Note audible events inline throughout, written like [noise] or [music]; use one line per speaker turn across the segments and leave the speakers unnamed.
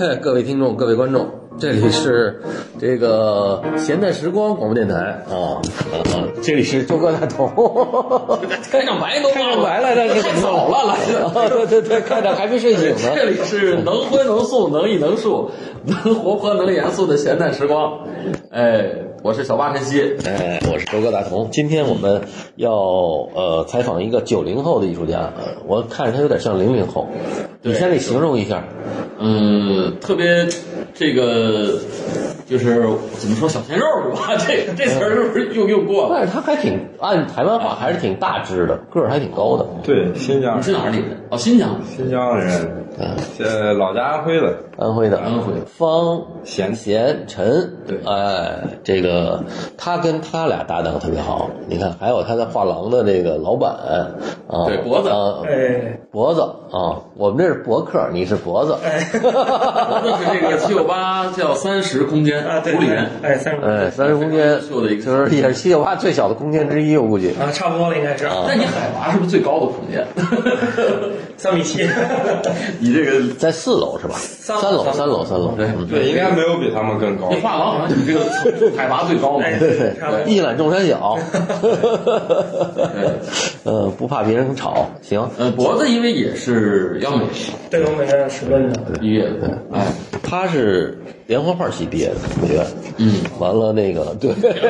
嘿， [laughs] 各位听众，各位观众，这里是这个闲淡时光广播电台啊啊，这里是周哥大
[laughs]
头，
开场白都
开
忘
场
了，
白来的是
太早了， [laughs] 来的。
啊，对对对，看着还没睡醒呢。
这里是能荤能素能艺能术 [laughs] 能活泼能严肃的闲淡时光，哎，我是小八晨曦，
哎，我是周哥大同。今天我们要呃采访一个九零后的艺术家，呃我看着他有点像零零后，你先给形容一下。
嗯，特别这个就是怎么说小鲜肉是吧？这这词儿是不是用用过了？
但是他还挺按台湾话还是挺大只的，个儿还挺高
哦
的。
对，新疆
你是哪儿里人？哦，新疆。
新疆人，
嗯，
呃，老家安徽的，
安徽的，
安徽
方
贤
贤陈，
对
哎，这个他跟他俩搭档特别好。你看，还有他的画廊的这个老板啊，
对脖子
啊
哎，
脖子啊，我们这是博客，你是脖子， [laughs]
我们哎是这个七九八叫三十空间
啊，对，
主理人，
哎，三十五
哎，三十空间
秀的一个
就是也是七九八最小的空间之一，我估计。
啊，差不多了，应该是
那你海拔是不是最高的空间？ [laughs]
三米七，
你这个
在四楼是吧？三
楼
楼，三
三
楼，三楼。
对
嗯
对，应该没有比他们更高
你。画廊好像你这个海拔最高嘛？
哎，差不多。
一览众山小，呃，不怕别人吵，行，
呃，脖子因为也是央美
对我们是十分的，
音乐，哎，
他是连环画系毕业的同学，
嗯，
完了那个对， [laughs]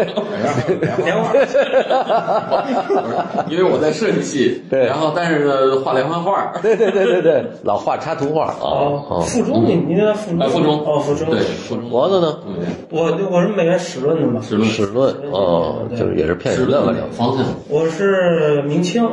莲花
因为我在设计系，
对
然后但是呢画连环画，
对对对对对，老画插图画啊
哦，
啊。
附中，你你那附中
哎，附中，
哦，附中，
对，附中，
脖子呢？
嗯，
我我是美院史论的嘛，
史论，
史论啊，就是也是骗人的反正。
方向，
我是明清，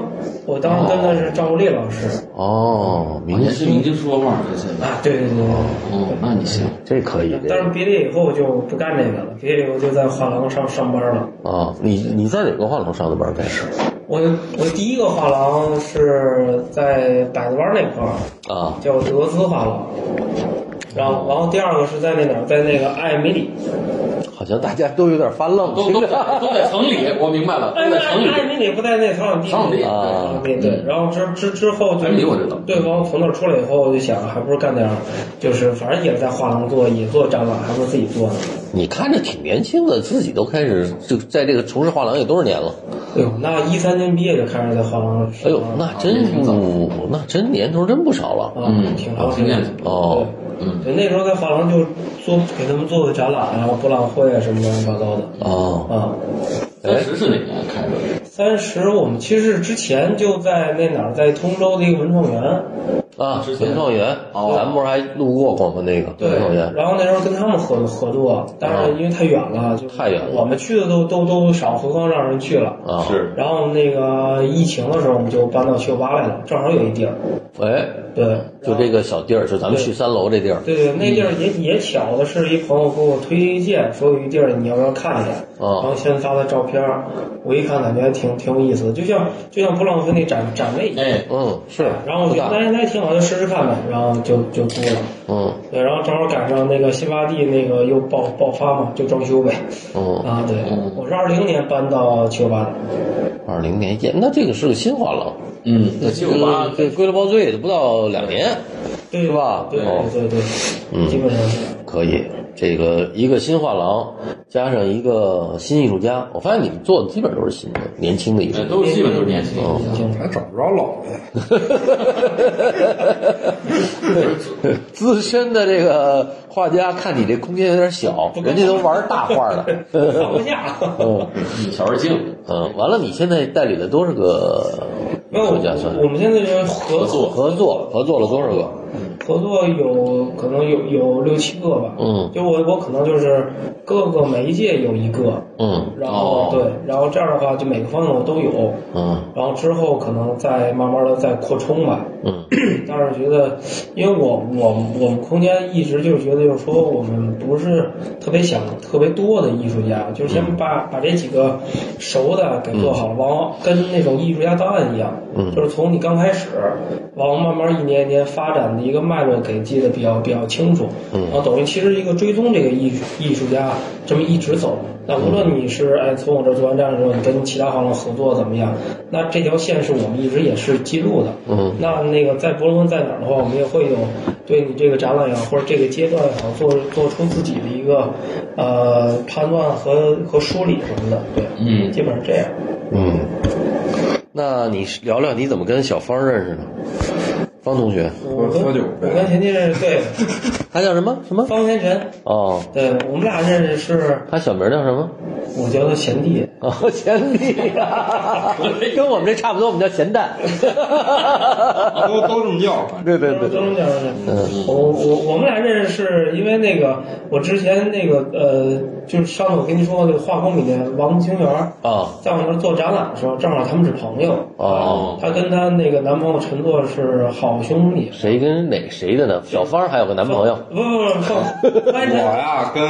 我当时跟的是赵国立老师
哦，明
也是明经说画这些的。
啊，对对对对，
哦，那你行，
这可以，这
但是
个
毕业以后我就不干这个了，毕业以后就在画廊上上班了。
啊，你你在哪个画廊上的班开始
我我第一个画廊是在百子湾那块儿，
啊？
叫德资画廊。然后，然后第二个是在那哪儿，在那个艾美里，
好像大家都有点发愣，
都
[laughs]
都都在城里，我明白了，
艾
都在城
哎艾
里。
美里不在那草场地
草场地啊
草场地对。然后之之之后就
艾米丽我知道
对，然后从那儿出来以后，我就想，还不如干点儿，就是反正也是在画廊做，也做展览，还不如自己做呢。
你看着挺年轻的，自己都开始就在这个从事画廊也多少年了？
哎呦，那一三年毕业就开始在画廊，
哎呦，那真不，那真年头真不少了。
嗯
嗯，挺长时
挺
间
年轻
对
哦，
嗯
对，那时候在画廊就做给他们做个展览啊，博览会啊什么乱七八糟的
嗯
哦，
啊。
当时哎是哪年开的？
三十，我们其实是之前就在那哪儿，在通州的一个文创园，
啊，
之前
文创园，
哦
咱们不是还路过过吗？那个文创园，
然后那时候跟他们合合作，但是因为太远了，就
嗯太远了
我们去的都都都少，何况让人去了。
啊，
是，
然后那个疫情的时候，我们就搬到七九八来了，正好有一地儿，
哎，
对，
就这个小地儿，就咱们去三楼这地儿
对对，那地儿也
嗯
也巧的是，一朋友给我推荐，说有一地儿你要不要看一眼，
哦
然后先发的照片儿，我一看感觉还挺挺有意思的，就像就像布朗芬那展展位一样。
哎，
嗯，是
然后我
不
觉得
大，
那那挺好，就试试看呗，然后就就租了。
嗯
对，然后正好赶上那个新发地那个又爆爆发嘛，就装修呗。
嗯，
啊，对，我是二零年搬到七九八的，
二零年建，那这个是个新画廊，
嗯，那七
这
九八
个，这归了包醉不到两年，
对
是吧
对
哦
对对对，
嗯
基本上是。
可以。这个一个新画廊加上一个新艺术家，我发现你们做的基本都是新的、年轻的艺术
哎
家。
都基本都是年轻人。
嗯
还找不着老的呀。
[laughs] 资深的这个画家看你这空间有点小，人家都玩大画
[laughs]
了。
放不下。
嗯
小而精，
嗯，完了，你现在代理了多少个艺
那我
术家算
我？们现在是合
合作合作了多少个？
合作有可能有有六七个吧，
嗯
就我我可能就是各个媒介有一个，
嗯
然
哦
后、对，然后这样的话就每个方面我都有，
嗯
然后之后可能再慢慢的再扩充吧。
嗯
但是觉得，因为我我我们空间一直就是觉得，就是说我们不是特别想特别多的艺术家，就
嗯
是先把、把这几个熟的给做好，往跟那种艺术家档案一样，
嗯
就是从你刚开始，往慢慢一年一年发展的一个脉脉络给记得比较比较清楚，
嗯
然后等于其实一个追踪这个艺术艺术家这么一直走，那无论
嗯
你是哎从我这做完站之后，你跟其他行业合作怎么样，那这条线是我们一直也是记录的，
嗯
那那个在博罗文在哪儿的话，我们也会有对你这个展览也好，或者这个阶段也好，做做出自己的一个呃判断和和梳理什么的，对，
嗯
基本上这样。
嗯，那你聊聊你怎么跟小芳认识的？方同学，
我
喝
跟
喝酒呗
我跟田进认识，对，
他叫什么什么？
方天神，
哦，
对我们俩认识是，
他小名叫什么？
我叫他贤弟，
哦， [laughs] 贤弟，啊跟我们这差不多，我们叫咸蛋。
都都这么叫， [laughs] 反
对
正
对 [laughs]
都
对，
是这样的。
嗯
我我我们俩认识是因为那个，我之前那个呃，就是上次我跟你说过那个化工里面王清源，
啊
在我那儿做展览的时候，正好他们是朋友。
哦，
她跟她那个男朋友陈作是好兄弟。
谁跟哪谁的呢？小芳还有个男朋友，
不不不，
我
完全
呀跟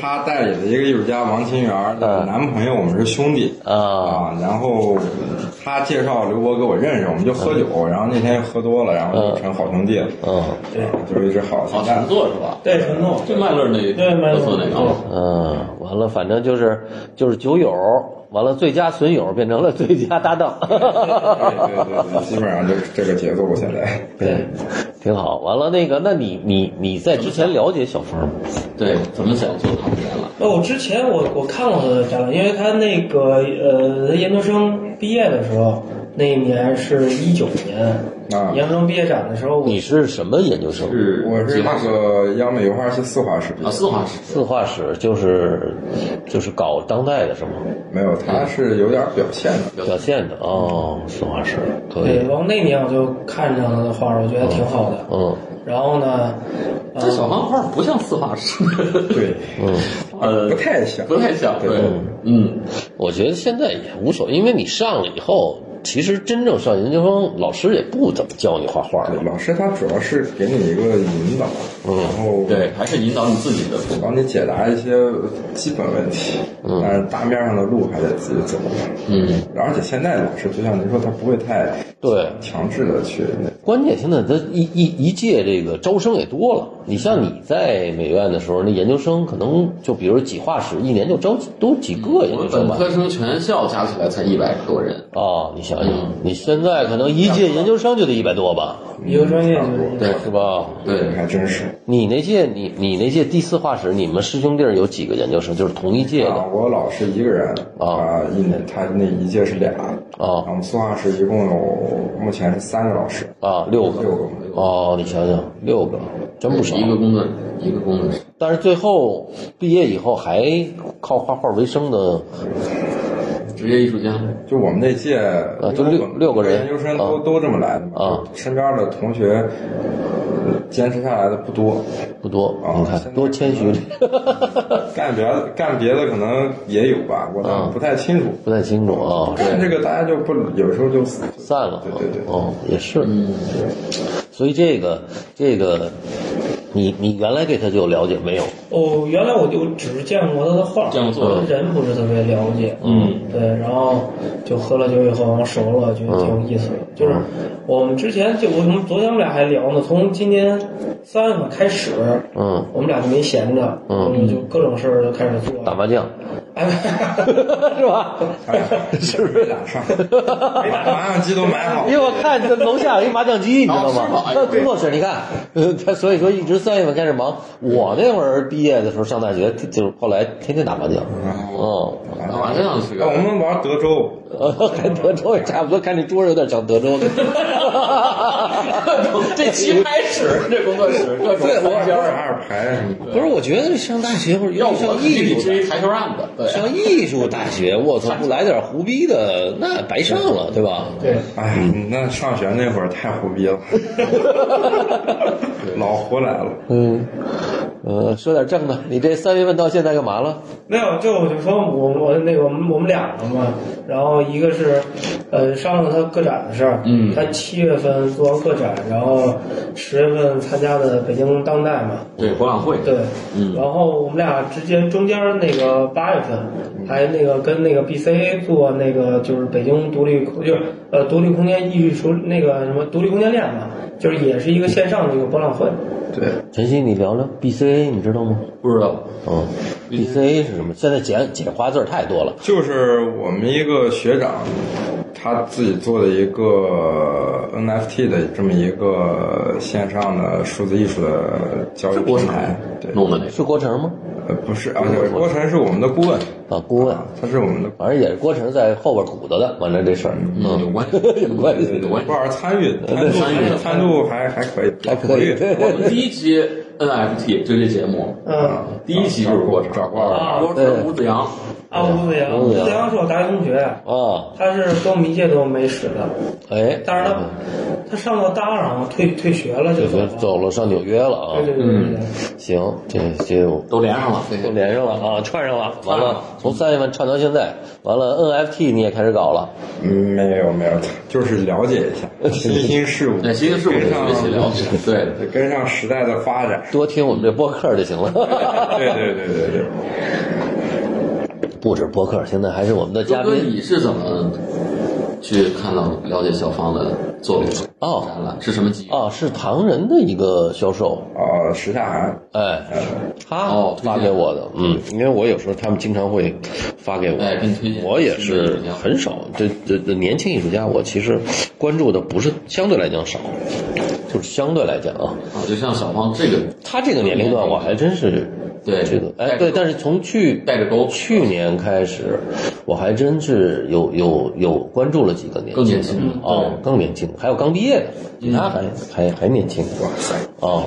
他代理的一个艺术家王清源的
嗯
男朋友，我们是兄弟
啊
啊。然后他介绍刘博给我认识，我们就喝酒，然后那天喝多了，然后就成好兄弟了，
嗯
对
就一直好
好
现在
乘坐是吧？
对陈作，
就麦乐那
对麦乐
坐那个，
嗯，完了，反正就是就是酒友，完了最佳损友变成了最佳搭档。
对对对对，基本上就是这个节奏现在。
[laughs] 对，挺好。完了，那个，那你你你在之前了解小芳吗？
对，怎么想做他们展览？
那我之前我我看过他的展览，因为他那个呃，他研究生毕业的时候，那一年是一九年，
啊
研究生毕业展的时候，我
你是什么研究生？
是
我是那个央美油画系四画师毕业
啊，四画师，
四画史，就是就是搞当代的是吗？
没有，他是有点表现的。
表现的哦，四画史可
对，
以。
然后那年我就看上他的画，我觉得挺好的。
嗯
然后呢，呃
这小方画不像四画师，
对，
嗯，
[laughs] 呃，
不太像
不太像，对
对，
嗯，
我觉得现在也无所谓，因为你上了以后，其实真正上研究生，老师也不怎么教你画画了。
老师他主要是给你一个引导，
嗯
然后
对，还是引导你自己的步
帮你解答一些基本问题，
嗯
但是大面上的路还得自己走。
嗯，
而且现在老师就像您说，他不会太
对，
强制的去那。
关键现在它一一一届这个招生也多了。你像你在美院的时候，那研究生可能就比如几画室，一年就招几都几个研
嗯我
究
们
生
本
吧。
科生全校加起来才一百多人，
哦，你想
嗯
想，你现在可能一届研究生就得一百多吧，
一个专业就
差不多
是
对
是吧？
对，
还真是。
你那届，你你那届第四画室，你们师兄弟儿有几个研究生？就是同一届
啊
的，
我老师一个人
啊
啊，一年他那一届是俩
啊
我们苏画师一共有目前是三个老师，
啊，六个
六个。
哦，你想想，六个，真不少
一。个工作一个工作室，
但是最后毕业以后还靠画画为生的，
职业艺术家，
就我们那届
啊就六六个人
研究生都、
啊
都这么来的嘛，
啊
就身边的同学呃坚持下来的不多，
不多。
啊
你看，多谦虚，
干别的干别的可能也有吧，我
啊
倒不太清楚。
不太清楚啊。
干这个大家就不有时候就散
散了，
对对嗯对
哦，也是，
嗯
所以这个这个，你你原来对他就有了解没有？
哦，原来我就只是见过他的画，
见过作品
人不是特别了解。
嗯，
对，然后就喝了酒以后，然后熟了，
嗯
觉得挺有意思的。就是我们之前就我们昨天我们俩还聊呢，从今年三月份开始，
嗯，
我们俩就没闲着，
嗯
我们就各种事儿就开始做。
打麻将，
哎，
是吧？ [laughs]
是不是？打上，麻将机都买好
[laughs] 因为，我看这楼下有一麻将机，你知道吗
哦是吗？哎
那
对
工作室，你看，呃，他所以说一直三月份开始忙。我那会儿毕业的时候上大学，就是后来天天打麻将，
嗯
哦，
打麻将啊是
哎我
个，
们玩德州，
呃，跟德州也差不多，看这桌上有点像德州的。
[laughs] 这期开始这工作室各种翻
玩
篇儿，
二排什么
[laughs]
的。
不是，我觉得上大学或者
要
尤其
我
上
地
艺
理
术
[laughs] 之
大
一台球案子，对，
上艺术大学，我操，不来点胡逼的，那白上了，对
[laughs]
吧？
对， [laughs]
哎，那上学那会儿太胡逼了，老胡来了。
嗯，呃，说点正的，你这三月份到现在干嘛了？
没有，就我就说我我那个我们我们俩了嘛，然后后一个是，呃，商量他个展的事儿，
嗯
他七月份做完个展，然后十月份参加的北京当代嘛，
对博览会，
对，
嗯
然后我们俩之间中间那个八月份还那个跟那个 BC 做那个就是北京独立就是呃独立空间艺术那个什么独立空间链嘛，就是也是一个线上的一个博览会，
对，
晨曦，你聊聊 BCA，你知道吗？
不知道，
嗯，BCA 是什么？现在简简化字儿太多了。
就是我们一个学长，他自己做的一个 NFT 的这么一个线上的数字艺术的交易
是
平
国产
台，对，
弄的那个，
是郭晨吗？
呃，不是啊，对，郭晨是我们的顾问，
啊，顾问，
他是我们的。
反正也是郭晨在后边鼓捣的。完了这事儿，
嗯，
嗯，
有关系，
有关系
有关系
不。好参与，参与
呃参与
参度还还可以，
还可以。
我们第一期 NFT 就这节目，
嗯。
第一期就是过程，
找过来
啊，我
对
是吴子阳，
啊，吴子阳，
吴
吴
子阳
子阳是我大学同学，
[laughs] 啊，
他是跟我们一届都没使的，
哎，
但是他他上到大二好像退退学了就
这
走
回
了，
嗯
嗯
走了，上纽约了啊
对。对对对对，
行，这这我
都连 [laughs] 上了，
都连上了啊，串上了。完
串上
了
了，
从三月份串到现在，完了 NFT 你也开始搞了。。
嗯，没有没有，就是了解一下新兴事物，
呃对，新兴事物得
跟上
学习了解，对。
对跟上时代的发展
多听我们这播客就行了。
对对对对对，
[laughs] 不止播客，现在还是我们的嘉
周哥，
宾
你是怎么去看到了解小芳的作品？
哦
展览是什么机遇？
啊，是唐人的一个销售，
哦，时下寒，
哎，他
哦推荐
发给我的，嗯，因为我有时候他们经常会发给我，
哎给你推荐
我也是
新的艺术家
很少，这这这年轻艺术家，我其实关注的不是相对来讲少，就是相对来讲啊，
啊，就像小芳这个
他这个年龄段我还真是
对
这个哎
带着
对，但是从去
带着钩
去年开始，我还真是有有有关注了几个年
更
轻
年
的
轻了，
哦，更年轻，还有刚毕业的，比他还还还年轻。
哇塞，
哦，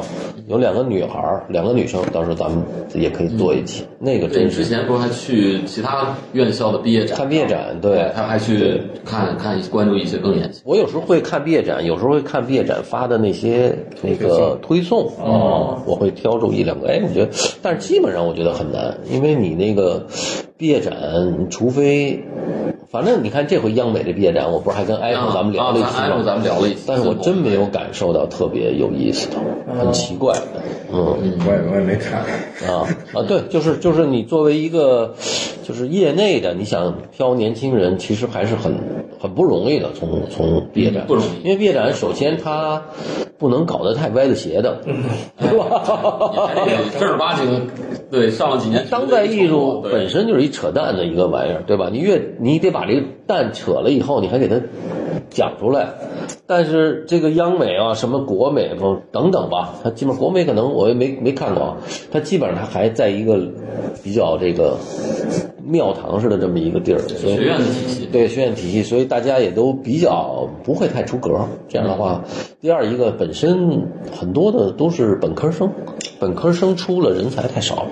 有两个女孩儿，两个女生，到时候咱们也可以做一期。那个
对，对
真
你之
是
前不是还去其他院校的毕业展？
看毕业展，对
对，他还去看看关注一些更年轻。
我有时候会看毕业展，有时候会看毕业展发的那些那个推送
哦
我会挑出一两个。哎，我觉得，但是基本上我觉得很难，因为你那个毕业展，除非，反正你看这回央美的毕业展，我不是还跟 iPhone 哎咱们聊了一期
啊咱 iPhone 咱们
吗？
聊了一期，
但是我真没有感受到特别有意思的，很奇怪的，嗯。
我也我也没看，
嗯
啊啊，对，就是就是你作为一个就是业内的，你想挑年轻人，其实还是很很不容易的。从从毕业展、
嗯不容易
因为毕业展首先它不能搞得太歪的斜的，
嗯
[laughs] 对吧？
哎 [laughs] 正儿八经，对，上了几年
当代嗯艺术
对
本身就是一扯淡的一个玩意儿，对吧？你越你得把这个蛋扯了以后，你还给它讲出来。但是这个央美啊，什么国美不等等吧，它基本上国美可能我也没没看过，啊，它基本上它还在一个比较这个庙堂似的这么一个地儿，所以
学院的体系，
对学院体系，所以大家也都比较不会太出格。这样的话，
嗯
第二一个本身很多的都是本科生，本科生出了人才太少，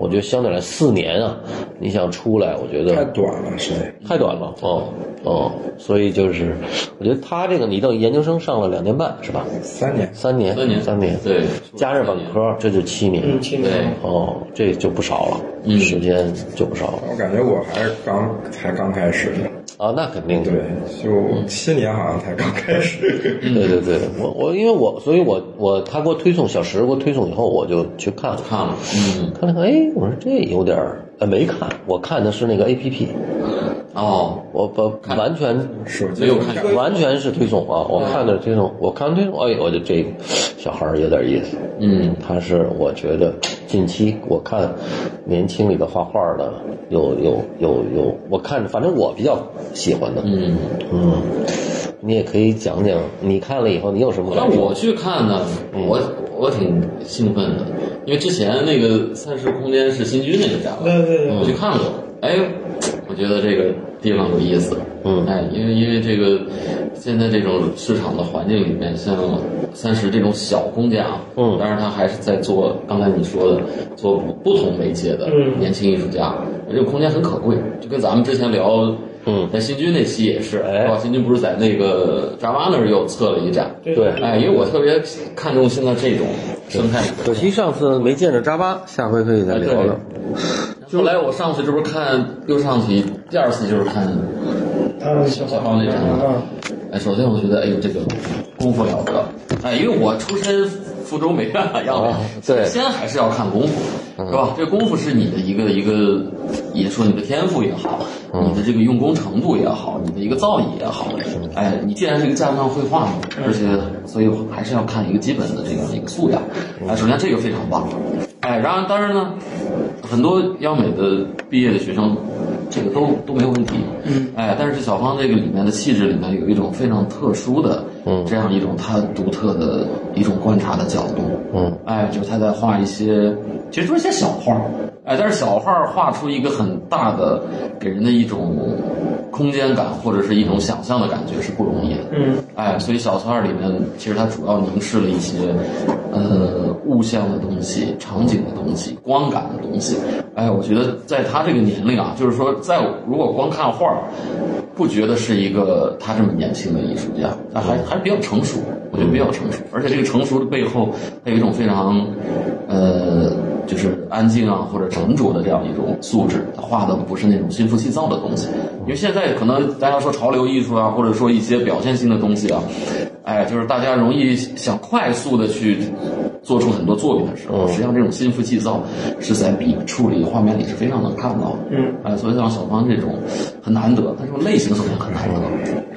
我觉得相对来四年啊，你想出来，我觉
太
得
短了，时间。
太短了，
嗯
哦哦，所以就是我觉得他这个你等研究生上了两年半是吧？
三年，
三年，
三年，
三年，
对，
加上本科这就七年，
嗯，七年
对。
哦，这就不少了，
嗯
时间就不少了
我感觉我还是刚才刚开始呢，
啊，那肯定的。
对，就七年好像才刚开始。
嗯
对对对，我我因为我，所以我我他给我推送小石给我推送以后，我就去看了，
看了，嗯，
看了看，哎，我说这有点儿，呃，没看，我看的是那个 A P P，
哦，
我我完全
手机
没有看
完全是推送啊，我看的是推送，我看完推送，哎，我就这小孩儿有点意思，
嗯，
他是我觉得近期我看年轻里的画画的有有有有，我看反正我比较喜欢的，
嗯，
嗯，你也可以讲讲你看了以嗯后你有什么
那
感受
我？去看呢，我我挺兴奋的，因为之前那个三十空间是新军那个展
对
览，
对对
我去看过，哎，我觉得这个地方有意思，
嗯
哎，因为因为这个现在这种市场的环境里面，像三十这种小公家，
嗯
但是他还是在做刚才你说的做不同媒介的
嗯
年轻艺术家，这个空间很可贵，就跟咱们之前聊。
嗯
在新军那期也是，
哎
哇，新军不是在那个扎巴那儿又测了一展，
对
对
哎，因为我特别看重现在这种生态。
可惜上次没见着扎巴，下回可以再聊
哎
聊。
后来我上次这不是看又上去，第二次就是看
嗯，小
小号那展览
嗯，
哎，首先我觉得，哎呦，这个功夫了不得，哎，因为我出身福州美院嘛，要不、
啊对
先还是要看功夫，是吧？这功夫是你的一个一个，也说你的天赋也好，你的这个用功程度也好，你的一个造诣也好，哎，你既然是一个架子上绘画嘛，而且所以还是要看一个基本的这样一个素养，哎，首先这个非常棒，哎，然而当然呢，很多央美的毕业的学生。这个都都没有问题，嗯，哎，但是小芳这个里面的气质里面有一种非常特殊的，嗯，这样一种她独特的一种观察的角度，
嗯，
哎，就是她在画一些，其实都是一些小画，哎，但是小画画出一个很大的，给人的一种空间感或者是一种想象的感觉是不容易的，
嗯，
哎，所以小画里面其实它主要凝视了一些，呃，物象的东西、场景的东西、光感的东西。哎，我觉得在他这个年龄啊，就是说，在我如果光看画儿，不觉得是一个他这么年轻的艺术家，他还还是比较成熟，我觉得比较成熟。而且这个成熟的背后，还有一种非常，呃，就是安静啊或者沉着的这样一种素质。他画的不是那种心浮气躁的东西，因为现在可能大家说潮流艺术啊，或者说一些表现性的东西啊，哎，就是大家容易想快速的去做出很多作品的时候，实际上这种心浮气躁是在笔处理画面里是非常能看到的。
嗯，
哎，所以像小芳这种很难得，但这种类型首先很难得，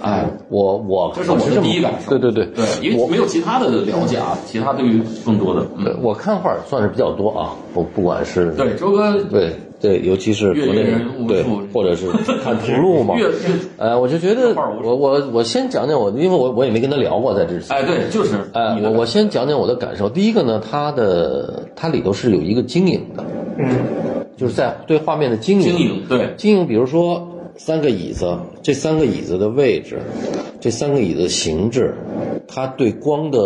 哎。
我我
这是我
是
的
这么
第一感受
对对对
对，因为
我
没有其他的了解啊，其他对于更多的，
对
嗯，
我看画儿算是比较多啊，我不管是
对，周哥
对对，尤其是
阅
国
人
内
无数
对，或者
[laughs]
是看图录嘛。
越越，
呃，我就觉得
画儿无数
我我我先讲讲我，因为我我也没跟他聊过在之前。
哎，对，就是
哎，
你的
我我先讲讲我的感受。第一个呢，它的它里头是有一个经营的，
嗯，
就是在对画面的经营。
经营，对，
经营，比如说三个椅子，这三个椅子的位置，这三个椅子的形制，它对光的，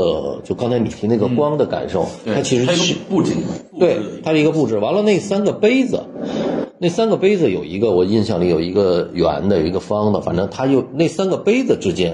就刚才你提那个光的感受，
嗯对
它其实
它
是
有布景，布置
对，它是一个布置。完了，那三个杯子，那三个杯子有一个我印象里有一个圆的，有一个方的，反正它又那三个杯子之间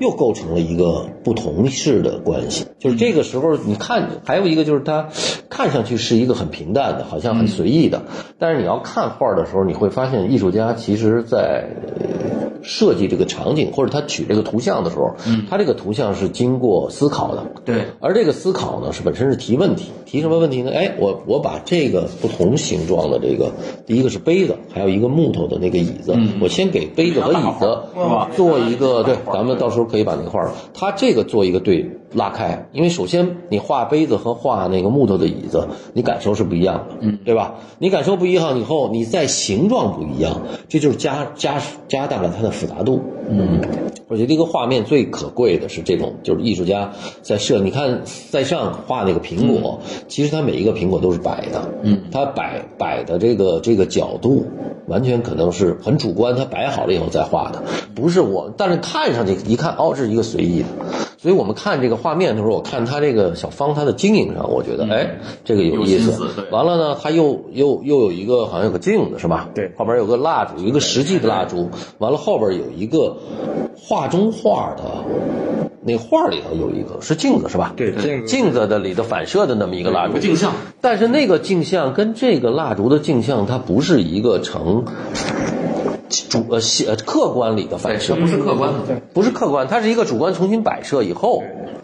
又构成了一个不同式的关系。就是这个时候，你看，还有一个就是它看上去是一个很平淡的，好像很随意的，
嗯
但是你要看画的时候，你会发现艺术家其实在。呃设计这个场景，或者他取这个图像的时候，
嗯
他这个图像是经过思考的，
对，
而这个思考呢，是本身是提问题，提什么问题呢？哎，我我把这个不同形状的这个，第一个是杯子，还有一个木头的那个椅子，我先给杯子和椅子
嗯是吧
做一个对，咱们到时候可以把那个画儿，它这个做一个对拉开，因为首先你画杯子和画那个木头的椅子，你感受是不一样的，嗯，对吧？你感受不一样以后，你在形状不一样，这就是加加加大了它的复杂度，嗯。我觉得一个画面最可贵的是这种，就是艺术家在设，你看塞尚画那个苹果，其实他每一个苹果都是摆的，
嗯，
他摆摆的这个这个角度，完全可能是很主观，他摆好了以后再画的，不是我，但是看上去一看，哦，这是一个随意的，所以我们看这个画面的时候，我看他这个小芳他的经营上，我觉得，哎，这个有
嗯有
意
心
思
思对。
完了呢，他又又又有一个好像有个镜子是吧？
对
后边有个蜡烛，有一个实际的蜡烛，完了后边有一个画中画的，那画里头有一个是镜子是吧？
对镜子
镜子的里头反射的那么一个蜡
有
烛
个，镜像，
但是那个镜像跟这个蜡烛的镜像，它不是一个成主呃西呃客观里的反射，
不是客观的，
对，
不是客观，它是一个主观重新摆设以后，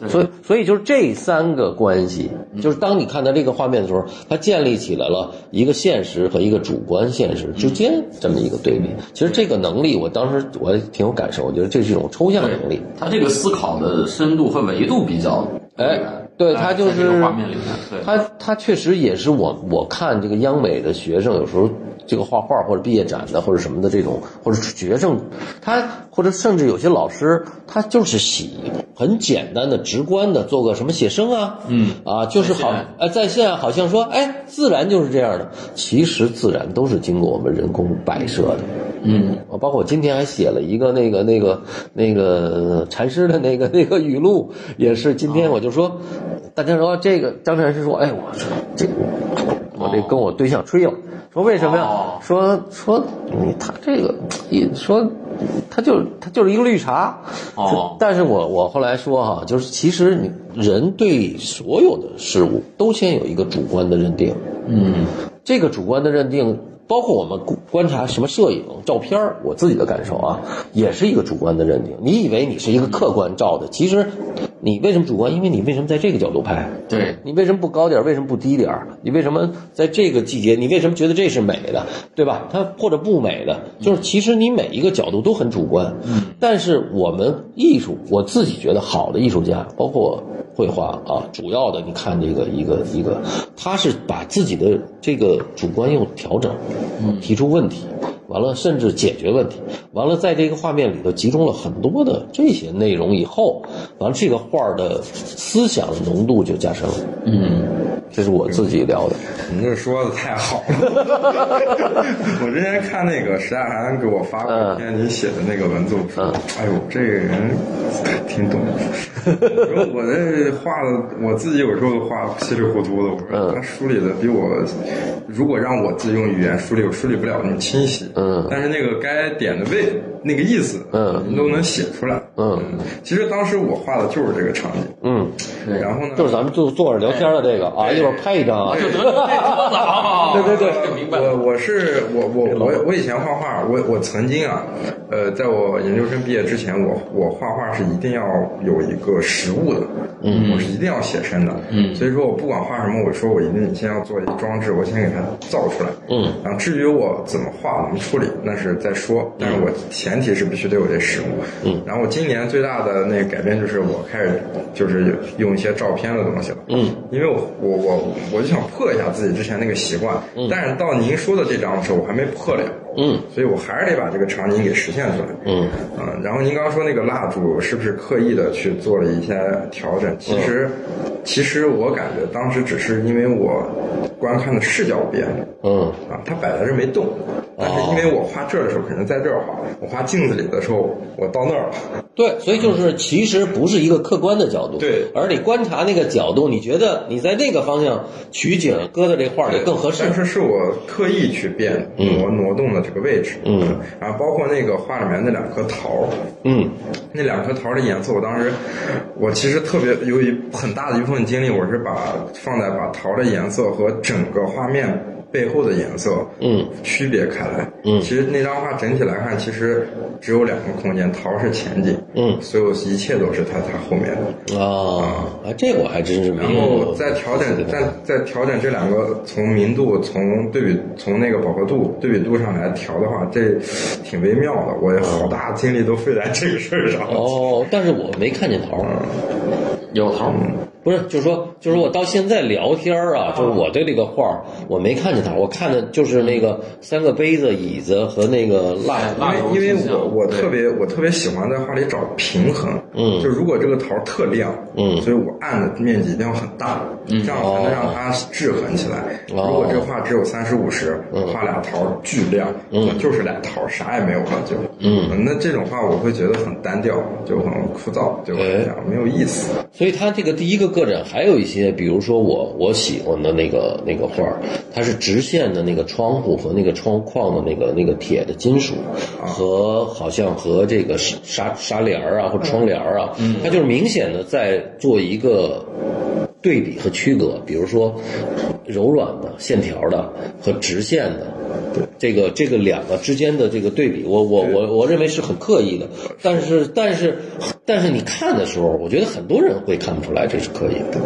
所以所以就是这三个关系，就是当你看到这个画面的时候，它建立起来了一个现实和一个主观现实之间这么一个对比。其实这个能力，我当时我也挺有感受，我觉得这是一种抽象能力。
他这个思考的深度和维度比较，呃
哎，对他就
在这
是
个画面里面，对，
他他确实也是我我看这个央美的学生，有时候这个画画或者毕业展的或者什么的这种，或者学生，他或者甚至有些老师，他就是喜很简单的、直观的做个什么写生啊，
嗯
啊，就是好
在线
呃在线好像说哎自然就是这样的，其实自然都是经过我们人工摆设的。
嗯，
我哦包括我今天还写了一个那个那个那个禅师的那个那个语录，也是今天我就说，大家说这个张禅师说，哎，我这这我这跟我对象吹了，说为什么呀
哦？
说说你他这个一说他就他就是一个绿茶，
哦
但是我我后来说哈、就是其实你人对所有的事物都先有一个主观的认定，
嗯，
这个主观的认定包括我们观观察什么摄影、照片儿，我自己的感受啊，也是一个主观的认定。你以为你是一个客观照的，其实你为什么主观？因为你为什么在这个角度拍？ [laughs]
对，
你为什么不高点儿？为什么不低点儿？你为什么在这个季节？你为什么觉得这是美的，对吧？它或者不美的，就是其实你每一个角度都很主观。但是我们艺术，我自己觉得好的艺术家，包括绘画啊，主要的你看这个一个一个，他是把自己的这个主观又调整，提出问题。完了，甚至解决问题。完了，在这个画面里头集中了很多的这些内容以后，完了这个画儿的思想浓度就加深了。
嗯，
这是我自己聊的。
你这说的太好
[laughs]
了！我之前看那个石亚涵给我发
嗯
过一篇你写的那个文字，我说：“哎呦，这个人挺懂。”
[laughs]
我说：“我这画的，我自己有时候画稀里糊涂的。”我
嗯
说：“他梳理的比我，如果让我自己用语言梳理，我梳理不了那么清晰。
嗯
但是那个该点的位，那个意思，
嗯
你都能写出来。
嗯
其实当时我画的就是这个场景，
嗯，
对
然后呢，
就是咱们坐坐着聊天的这个啊，一会儿拍一张啊。
就得了这桌子啊！
对对
这
对，
明白了。
我我是我我我我以前画画，我我曾经啊，呃，在我研究生毕业之前，我我画画是一定要有一个实物的，嗯，我是一定要写生的，
嗯
所以说我不管画什么，我说我一定先要做一个装置，我先给它造出来，
嗯，
然后至于我怎么画、怎么处理，那是再说，但是我前提是必须得有这实物，嗯，然后我今年最大的那个改变就是我开始就是用一些照片的东西了，
嗯，
因为我我我我就想破一下自己之前那个习惯，但是到您说的这张的时候，我还没破了，
嗯，
所以我还是得把这个场景给实现出来，
嗯，
嗯，然后您刚刚说那个蜡烛是不是刻意的去做了一些调整？
嗯
其实，其实我感觉当时只是因为我观看的视角变了，
嗯
啊，它摆在这儿没动，但是因为
哦
我画这儿的时候可能在这儿画，我画镜子里的时候我到那儿了，
对，所以就是其实不是一个客观的角度，
对
而你观察那个角度，你觉得你在那个方向取景搁在这画里更合适
但。是是我刻意去变挪挪动的这个位置，啊
嗯，
然后包括那个画里面那两颗桃，
嗯
那两颗桃的颜色，我当时我其实特别有一很大的一部分精力，我是把放在把桃的颜色和整个画面背后的颜色
嗯
区别开来。
嗯
其实那张画整体来看，其实只有两个空间，桃是前景，
嗯
所有一切都是它它后面的。
啊，哎这我还真是没
然后再调整，再再调整这两个从明度、从对比、从那个饱和度、对比度上来调的话，这挺微妙的。我好大精力都费在这个事儿上了。
哦，但是我没看见桃儿。
有头儿，
不是，就是说，就是我到现在聊天儿啊，就是我对这个画儿，我没看见它，我看的就是那个三个杯子、椅子和那个蜡烛。
蜡烛
因为因为
形象
我我
对
特别我特别喜欢在画里找平衡，
嗯
就如果这个桃特亮，
嗯
所以我暗的面积一定要很大，嗯，这样才能让它制衡起来。
哦
如果这画只有三十五十，画俩桃巨亮，嗯，就是俩桃，啥也没有了就，嗯，那这种画我会觉得很单调，就很枯燥，对我来讲没有意思。
所以它这个第一个个展还有一些，比如说我我喜欢的那个那个画儿，它是直线的那个窗户和那个窗框的那个那个铁的金属，和好像和这个纱纱帘儿啊或者窗帘儿啊，它就是明显的在做一个。对比和区隔，比如说柔软的线条的和直线的，这个这个两个之间的这个对比，我我我我认为是很刻意的，但是但是但是你看的时候，我觉得很多人会看不出来这是刻意的。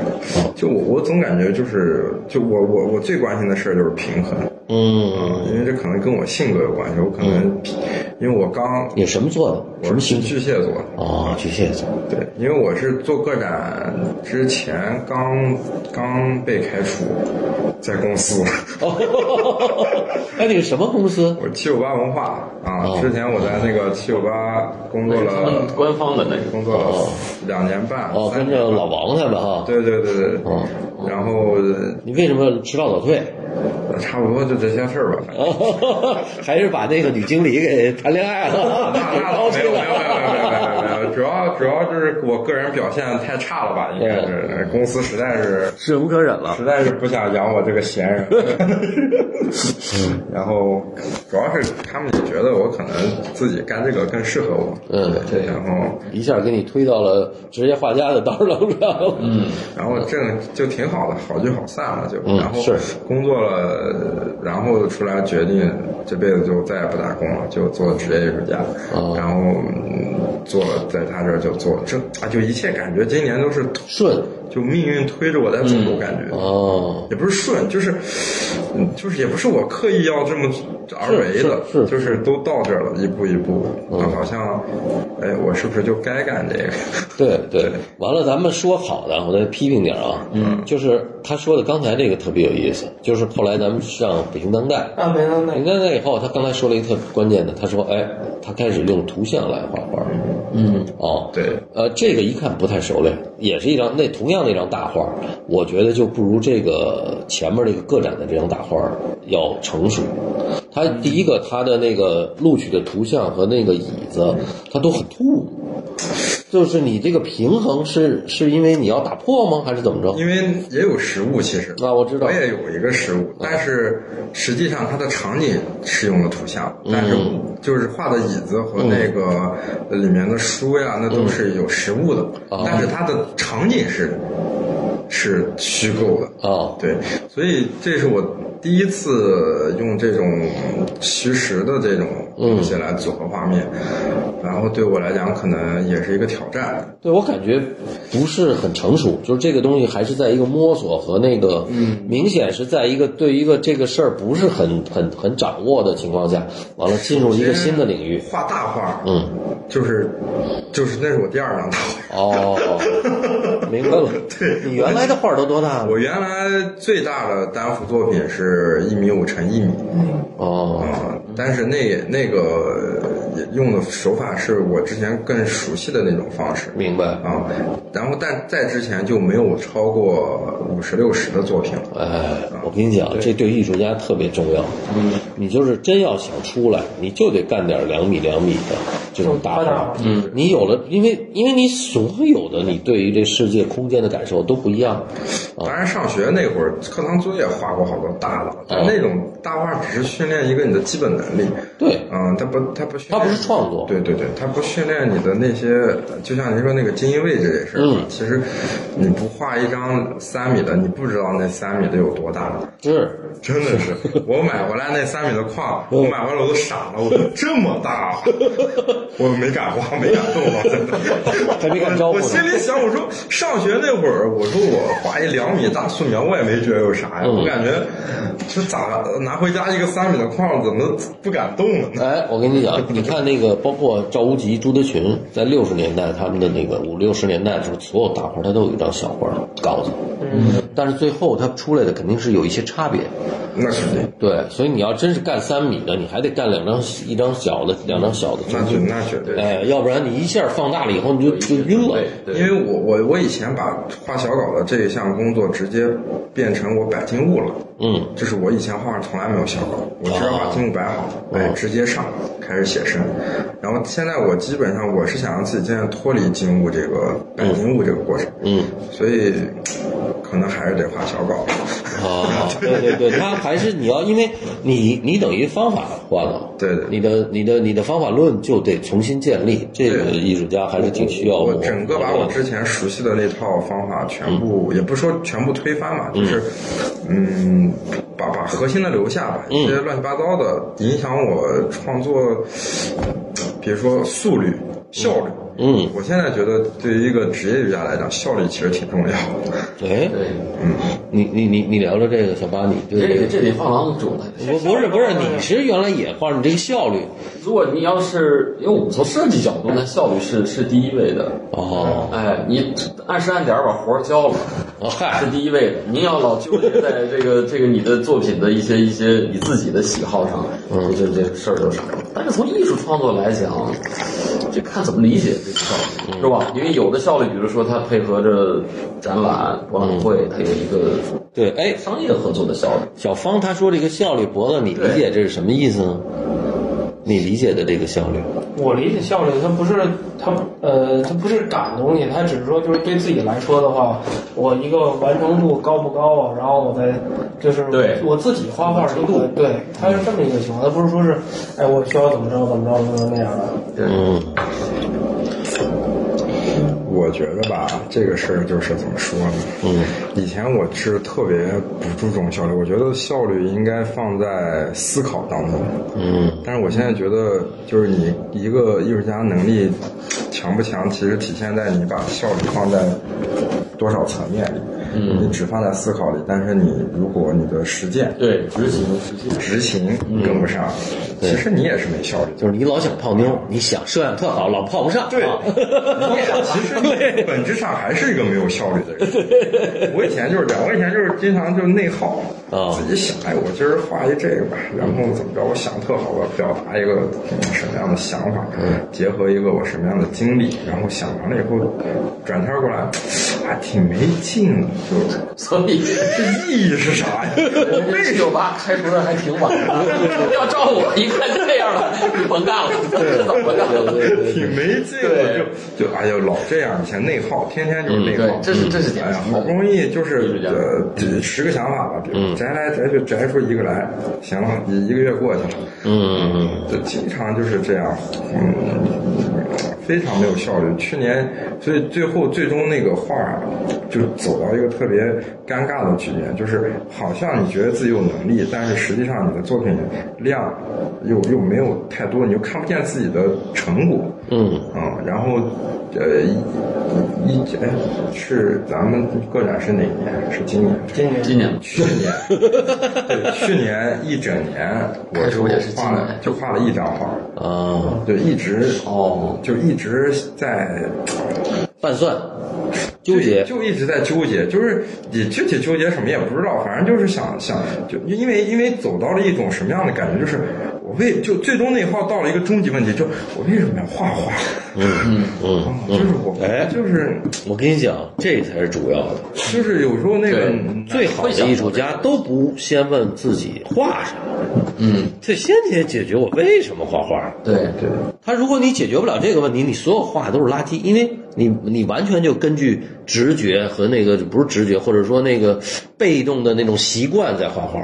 就我我总感觉就是就我我我最关心的事儿就是平衡，
嗯，
因为这可能跟我性格有关系，我可能因为我刚
你什么座的？什
我
么
是
星座？
巨蟹座，
哦，巨蟹座。
对，因为我是做个展之前刚刚被开除，在公司， [laughs]
哦， [laughs] 哎，你是什么公司？
我七九八文化啊，
哦
之前我在那个七九八工作
他们
了，
嗯官方的那个。
工作了两年半，
哦，
三
跟
年
着
半
老王他们哈。
对对对对，
哦
然后
你为什么迟到早退？
呃差不多就这些事儿吧。
哦， [laughs] 还是把那个女经理给谈恋爱
[laughs]
了？
那那倒没有没有没有没有没有没有没有，主要主要就是我个人表现太差了吧，应该
哦
是公司实在是
忍无可忍了
实。在是
嗯
[laughs] 不想养我这个闲人。然后主要是他们也觉得我可能自己干这个更适合我，
嗯
对，然后
一下给你推到了职业画家的道路上。嗯，
然后这个就挺好的，好聚好散了就。
嗯
然后
是
工作了，然后出来决定这辈子就再也不打工了，就做职业艺术家。
哦
然后、嗯做了在他这儿就做这啊，就一切感觉今年都是
[laughs] 顺
就命运推着我在走，
嗯
感觉。
哦，
也不是顺，就是，嗯就是也不是我刻意要这么而为的，
是是是嗯
就是都到这儿了，一步一步，好像，哎，我是不是就该干这个？ [laughs]
对对，完了，咱们说好的，我再批评点啊，嗯，就是他说的刚才这个特别有意思，就是后来咱们上北京当代，
啊，没那那
你看那以后，他刚才说了一个特关键的，他说：“哎，他开始用图像来画画。”嗯，哦，
对，
呃，这个一看不太熟练，也是一张那同样的一张大画，我觉得就不如这个前面这个个展的这张大画要成熟。他第一个，他的那个录取的图像和那个椅子，它都很突兀，就是你这个平衡是是因为你要打破吗？还是怎么着？
因为也有实物，其实
啊，我知道嗯
我，也有一个实物，但是实际上它的场景是用了图像，
嗯
但是就是画的椅子和那个里面的书呀，那
嗯
都是有实物的，
哦
但是它的场景是是虚构的。
啊，
对，所以这是我第一次用这种虚实的这种东
嗯
西来组合画面，然后对我来讲可能也是一个挑战。
对我感觉不是很成熟，就是这个东西还是在一个摸索和那个，明显是在一个对一个这个事儿不是很很很掌握的情况下，完了进入一个新的领域，
画大画，
嗯，
就是就是那是我第二张大画。
哦，明白了，
对
你原来的画儿都多大？
我原来最大的单幅作品是一米五乘一米，
哦，
啊、但是那那个也用的手法是我之前更熟悉的那种方式，
明白，
啊、然后但在之前就没有超过五十六十的作品了。
哎，我跟你讲，这对艺术家特别重要，嗯，你就是真要想出来，你就得干点两米两米的这种大
大
画
大
儿，嗯你有了，因为因为你所有的你对于这世界空间的感受都不一样，哦
当然，上学那会儿课堂作业画过好多大的，但那种大画只是训练一个你的基本能力。
对，
嗯，它不，它不训
它
练，
不是创作，
对对对，它不训练你的那些，就像您说那个精英位置也是。
嗯
其实你不画一张三米的，你不知道那三米的有多大。
是
真
[laughs]
的是，我买回来那三米的框，
嗯
我买回来我都傻了，我说这么大
[laughs]
啊，我没敢画，没敢动啊，真的，
还没敢招呼
我
呢
心里想，我说上学那会儿，我说我画一两米大素描，我也没觉得有啥呀，
嗯
我感觉这咋拿回家一个三米的框，怎么不敢动了呢？
哎，我跟你讲，你看那个，包括赵无极、朱德群，在六十年代他们的那个五六十年代的时候，所有大画他都有一张小画稿子，嗯，但是最后他出来的肯定是有一些差别，
那肯定，
对，所以你要真是干三米的，你还得干两张一张小的，两张小的，
嗯那绝那绝对。
哎，要不然你一下放大了以后你就就晕了，
因为我我我以前把画小稿的这一项工作直接变成我摆进物了， [laughs]
嗯，
就是我以前画上从来没有效果，我只要
哦
把字幕摆好，哎，直接上开始写生。然后现在我基本上我是想让自己尽量脱离静物这个摆静物这个过程，
嗯，
所以可能还是得画小稿。
啊，对对对，他还是你要，因为你你等于方法换了，
对对
你的你的你的方法论就得重新建立，这个
对
艺术家还是挺需要
我
磨
整个把我之前熟悉的那套方法全
嗯
部，也不说全部推翻吧，就是，嗯，把把核心的留下
嗯
吧，一些乱七八糟的影响我创作，比如说速率、效率。
嗯，
我现在觉得对于一个职业艺术家来讲，效率其实挺重要的。嗯
哎，
对，
你你你你聊聊这个小八，你对
这
这
得
个
这得画廊种的。
不不是不是，你是原来也画，你这个效率
如果你要是因为我们从设计角度，那效率是是第一位的。
哦，
哎，你按时按点儿把活儿交了，
哦
是
嗯
嗨，
第一位的。您要老纠结在这个这个你的作品的一些一些你自己的喜好上，这这这事儿就少了。但是从艺术创作来讲，这看怎么理解这个效率，是吧？因为有的效率，比如说它配合着展览、博览会，它有一个
[laughs] 对，哎，
商业合作的效率。
小芳她说这个效率，脖子，你理解这是什么意思呢？你理解的这个效率？
我理解效率，它不是它不呃，它不是赶东西，它只是说就是对自己来说的话，我一个完成度高不高啊？然后我再就是
对
我自己画画程度，对，它是这么一个情况，它不是说是哎我需要怎么着怎么着怎么着那样的。
嗯
我觉得吧，这个事儿就是怎么说呢？
嗯，
以前我是特别不注重效率，我觉得效率应该放在思考当中。
嗯
但是我现在觉得，就是你一个艺术家能力强不强，其实体现在你把效率放在多少层面里。嗯，你只放在思考里，但是你如果你的实践
对，执行实现。
执行
嗯
跟不上，其实你也是没效率。
就是你老想泡妞，你想摄像特好，老泡不上。
对
啊
其实你本质上还是一个没有效率的人。我以前就是这样，我以前就是经常就内耗，
啊
自己想，哎，我今儿画一这个吧，然后怎么着，我想特好，我要表达一个什么样的想法，结合一个我什么样的经历，然后想完了以后，转天过来，还挺没劲的，就是
所以
这意义是啥呀？
我被九八开除的还挺晚的，要照我一看这样了，你甭干了，这怎么干了？
挺没劲的，就就哎呀，老这样，以前内耗，天天就是内耗
嗯对，，这是这是典
哎呀，
型
好
的
不。容易就是
是这嗯样
呃这十个想法吧，比如摘来摘去摘出一个来，行了，一一个月过去了，
嗯 [laughs] 嗯
就经常就是这样，嗯，非常没有效率。去年，所以最后最终那个画儿就走到一个特别尴尬的局面，就是好像你觉得自己有能力，但是实际上你的作品量又又没有太多，你又看不见自己的成果。
嗯
嗯，然后呃一一哎是咱们个展是哪年？是今年？
今年
今年
去年，对，去年一整年，我
开始
就
我也是今
画
年
了，就画了一张画，
啊，
就一直
哦，
就一直在
拌蒜，纠结
对，就一直在纠结，就是也具体纠结什么也不知道，反正就是想想，就因为因为走到了一种什么样的感觉，就是我为就最终内耗到了一个终极问题，就我为什么要画画？
嗯嗯
嗯 [laughs] 就是
嗯。
我，
哎
就是
我跟你讲，这才是主要的。
就是有时候那个嗯
最
对
好的艺术家都不先问自己画啥，
嗯，
这先得解决我为什么画画。
对对，
他如果你解决不了这个问题，你所有画都是垃圾，因为你你完全就根据直觉和那个不是直觉，或者说那个被动的那种习惯在画画。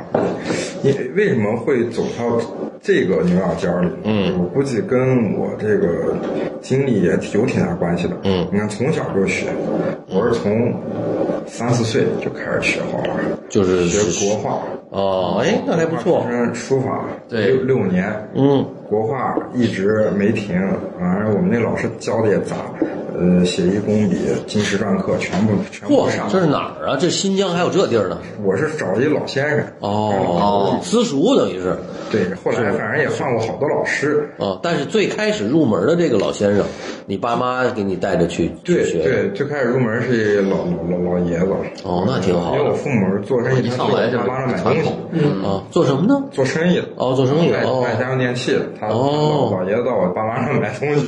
你为什么会走到这个牛角尖儿里？
嗯
我估计跟我这个经历也有挺大关系的。
嗯
你看从小就学，我是从三四岁就开始学画画，
就是
学国画，
哦，哎，那还不错。
嗯，书法，
对
六六年，
嗯
国画一直没停，反正我们那老师教的也杂，呃，写一工笔、金石篆刻全部全部
嚯
上，。
这是哪儿啊？这新疆还有这地儿呢？
我是找一老先生，
哦，私塾等于是，
对，后来反正也换过好多老师，
哦，但是最开始入门的这个老先生，你爸妈给你带着去去
对
学，，
对，最开始入门是一老老老老爷子，
哦，那挺好
因为我父母是做生意，
一
他
上
帮
来就
着
是
买
传
东西，
统，
的啊。做什么呢？
做生意的。
哦，做生意
卖
的哦，
卖家用电器的，他
哦
老老爷子到我爸妈那儿买东
[laughs]
西，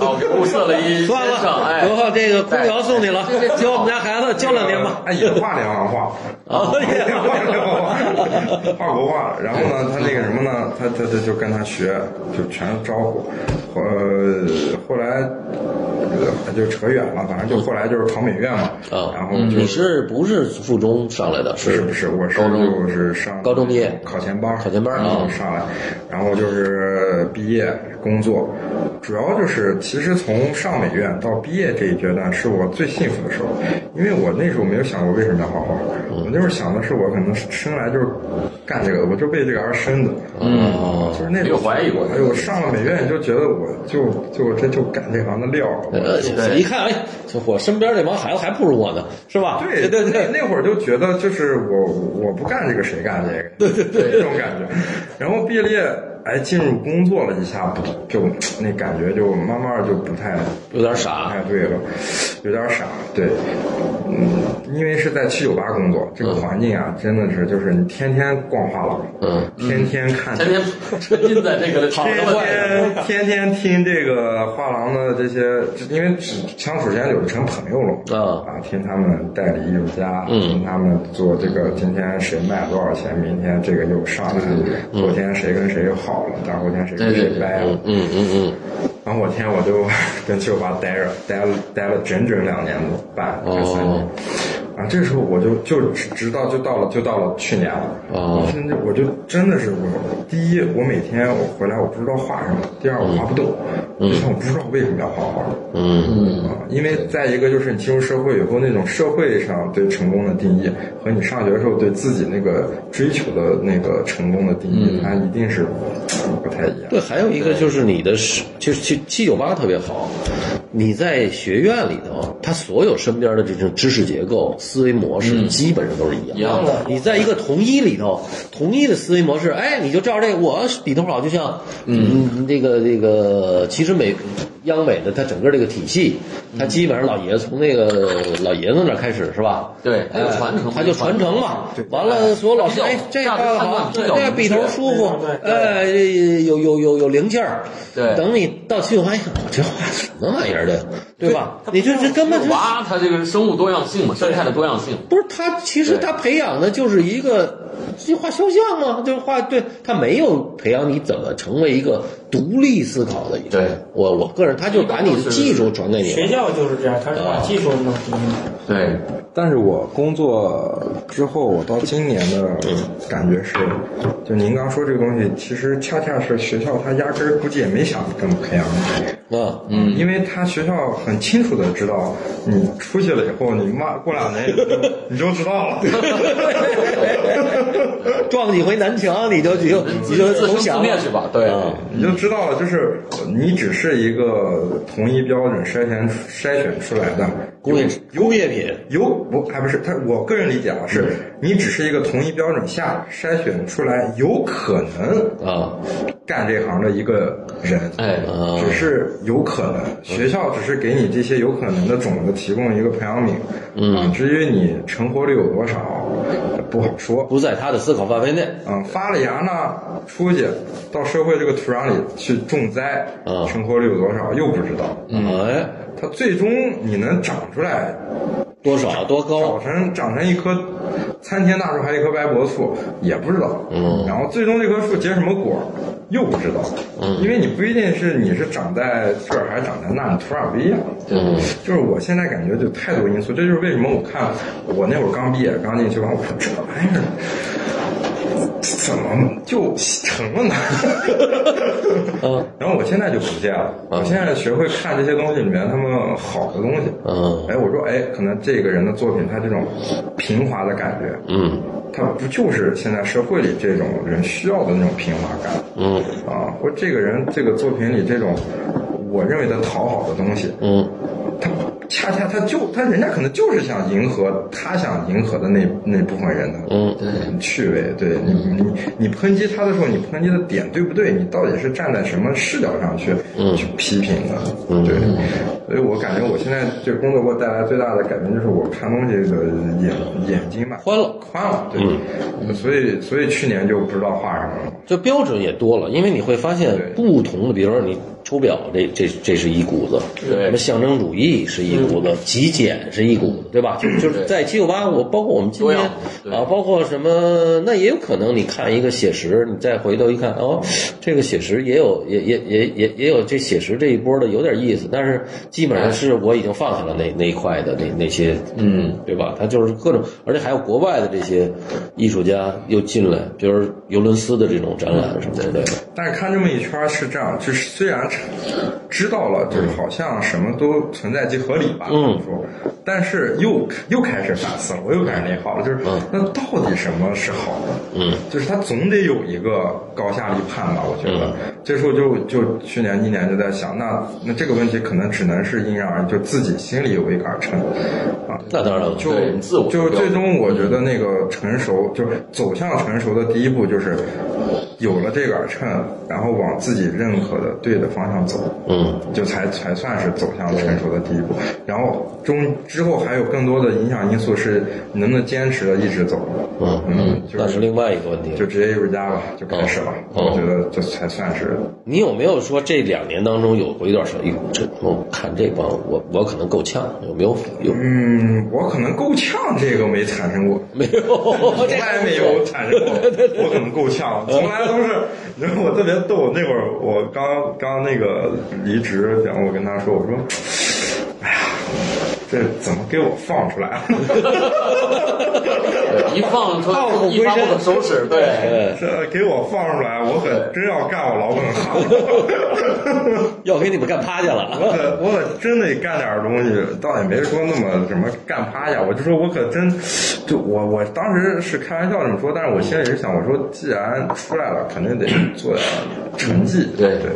哦，给物色了一
算
先生，
了，
哎
刘，浩这个空调送你了
对对，对
教我们家孩子教两天吧。
哎，也画连环画，
啊，
也画连环画，画国画。然后呢，他那个什么呢，他他他就跟他学，就全招呼。呃，后来呃就扯远了，反正就后来就是考美院嘛，
啊
然后就
你是不是附中上来的？
不是不是，我是
高中
就是上
高中毕业
考前班儿，
考前班儿
然后
啊
上来，然后就是毕业工作，主要就是其实从上美院到毕业这一阶段是我最幸福的时候，因为我那时候没有想过为什么要画画，
嗯
我那时候想的是我可能生来就是干这个的，我就为这个而生的，
嗯
就是那
没有
种
怀疑过
哎呦，我上了美院就觉得我就就这就干这行的料了，我
呃，
对
一看，哎，这我身边这帮孩子还不如我呢，是吧？
啊对
对对，
那那会儿就觉得就是我我不干这个谁干这个，对对对，这种感觉。然后毕了业，哎，进入工作了一下，不就那感觉就慢慢就不太
有点
不
傻。
太对了，有点傻。对，嗯，因为是在七九八工作，这个环境啊，真的是就是你天天逛画廊，
嗯，
天天看
天天沉浸在这个好
天
的坏的，
天天天听这个画廊的这些，因为只相处时间久就成朋友了
啊
听他们代理艺术家，
嗯
听他们做这个今天谁卖多少钱，明天这个又上来，昨天谁跟谁又好，好了，大后天谁
嗯对对
谁
对
掰了。
嗯嗯嗯
然后我天，我就 [laughs] 跟秋华待着，待了待了整整两年半，快三年。
哦
啊，这时候我就就直直到就到了就到了去年了。
哦
我现在我就真的是我，第一我每天我回来我不知道画什么，第二我画不动，第三我不知道为什么要画画。
嗯
嗯，
啊，因为再一个就是你进入社会以后，那种社会上对成功的定义和你上学的时候对自己那个追求的那个成功的定
嗯
义，它一定是不太一样。
对，还有一个就是你的是，就是七七九八特别好，你在学院里头，他所有身边的这种知识结构、思维模式，基本上都是一样。
一样的，
你在一个同一里头，同一的思维模式，哎，你就照这个，我比头好，就像嗯，这个这个，其实美央美的它整个这个体系，它基本上老爷从那个老爷子那儿开始是吧？
对它有
哎
传承
它就传承嘛。完了，所有老师，哎，这
价值
个
判
好
断，比较
这笔头
明确
舒服
对，对
哎，有有有有零件儿。
对
等你到去发现，我这画什么玩意儿的，对吧？你这这根本就
娃它这个生物多样性嘛，生态的多样性，
不是他，其实他培养的就是一个，就画肖像嘛，就是画对，他没有培养你怎么成为一个独立思考的一个。
对，
我我个人，他就把你的技术传给你
学
了。
校就是这样，他是把技术弄低。
对，
但是我工作之后，我到今年的感觉是，就您刚说这个东西，其实恰恰是学校它压根儿估计也没想这么培养你，
啊，
嗯，因为他学校很清楚的知道，你出去了以后，你妈过两年你就你就知道了。 [laughs]
撞几回南墙，你就你就你就
自
投
生自
降
灭
了
去吧，对，
啊
你就知道了，就是你只是一个同一标准筛选筛选出来的
工业工业品，
有不还不是他，我个人理解啊，是你只是一个同一标准下筛选出来有可能
啊
干这行的一个人，
哎，
啊
只是有可能，学校只是给你这些有可能的种子提供一个培养皿，嗯，至于你成活率有多少，不好说。
不在他的思考范围内。
嗯，发了芽呢，出去到社会这个土壤里去种栽，
啊
成活率有多少又不知道。
嗯
哎，
它最终你能长出来，
多少多
长
高？
成长成一棵参天大树，还一棵歪脖树，也不知道。嗯，然后最终这棵树结什么果又不知道。嗯，因为你不一定是你是长在这儿还是长在那儿，你土壤不一样。
对，
就是我现在感觉就太多因素，这就是为什么我看我那会儿刚毕业刚进去完，我说这玩意儿怎么就成了呢？
嗯
[laughs] 然后我现在就不这样了，我现在学会看这些东西里面他们好的东西。
嗯
哎，我说哎，可能这个人的作品他这种平滑的感觉，
嗯
他不就是现在社会里这种人需要的那种平滑感？
嗯
啊，或这个人这个作品里这种我认为的讨好的东西，
嗯
他恰恰他就他人家可能就是想迎合他想迎合的那那部分人的
嗯
对，
趣味，对你你你抨击他的时候，你抨击的点对不对？你到底是站在什么视角上去、
嗯
去批评的？对，所以我感觉我现在这工作给我带来最大的改变就是我看东西的眼眼睛吧
宽了嗯
宽了，对，所以所以去年就不知道画什么了。
这标准也多了，因为你会发现
对
不同的，比如说你手表这这这是一股子，
对
什么象征主义是一股子，极简是一股子，对吧？就就是在七九八，我包括我们今
多
天
样对
啊，包括什么，那也有可能你看一个写实，你再回头一看，哦，这个写实也有也也也也也有这写实这一波的有点意思，但是基本上是我已经放下了那那一块的那那些
嗯，
对吧？他就是各种，而且还有国外的这些艺术家又进来，比如尤伦斯的这种展览什么
嗯
之类的。
但是看这么一圈儿是这样，就是虽然知道了，就是好像什么都存在即合理吧，
嗯
说，但是又又开始反思了，我又开始内耗了，就是、那到底什么是好的？
嗯，
就是他总得有一个高下立判吧，我觉得。
嗯
这时候就就去年一年就在想，那那这个问题可能只能是因人而异，就自己心里有一杆秤啊，
那当然了，
就
对自我
就是
的标
最
准
终，我觉得那个成熟，就是走向成熟的第一步，就是有了这杆秤，然后往自己认可的对的方向走，
嗯，
就才才算是走向成熟的第一步。然后中之后还有更多的影响因素是你能不能坚持的一直走，
嗯
嗯，嗯，就
那是另外一个问题。
就直接艺术家吧，就开始吧。
嗯
哦
我觉得这才算是
你有没有说这两年当中有过一段时间，哎呦这我看这帮我我可能够呛，有没有？有
嗯，我可能够呛，这个没产生过，
没有？
[laughs] 从来没有产生过，我可能够呛，从来都是。你知道我特别逗，那会儿我刚刚那个离职，然后我跟他说，我说，哎呀，这怎么给我放出来了？
一放出
傲骨
来
归
一发不可收拾，对，
哎，
这给我放出来，我可真要干我老本行。
要给你们干趴下
我
了。
可我可真得干点东西，倒也没说那么什么干趴下，我就说我可真，就我我当时是开玩笑这么说，但是我心里是想，我说既然出来了，肯定得做点成绩，
对
对，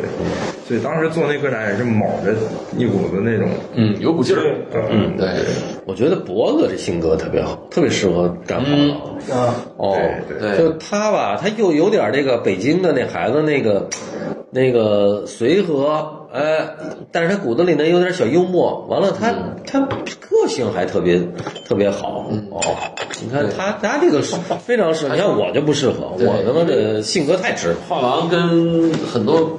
所以当时做那个展也是卯着一股子那种，
嗯，有股劲儿，
嗯，
对，
我觉得博子这性格特别好，特别适合干趴
嗯
了。
啊，
哦，
对
对
就他吧，他又有点这个北京的那孩子那个那个随和，哎，但是他骨子里呢有点小幽默。完了他，他个性还特别特别好。哦，你看他他这个是非常适合，你看我就不适合，
对
我他妈这性格太直。
画廊跟很多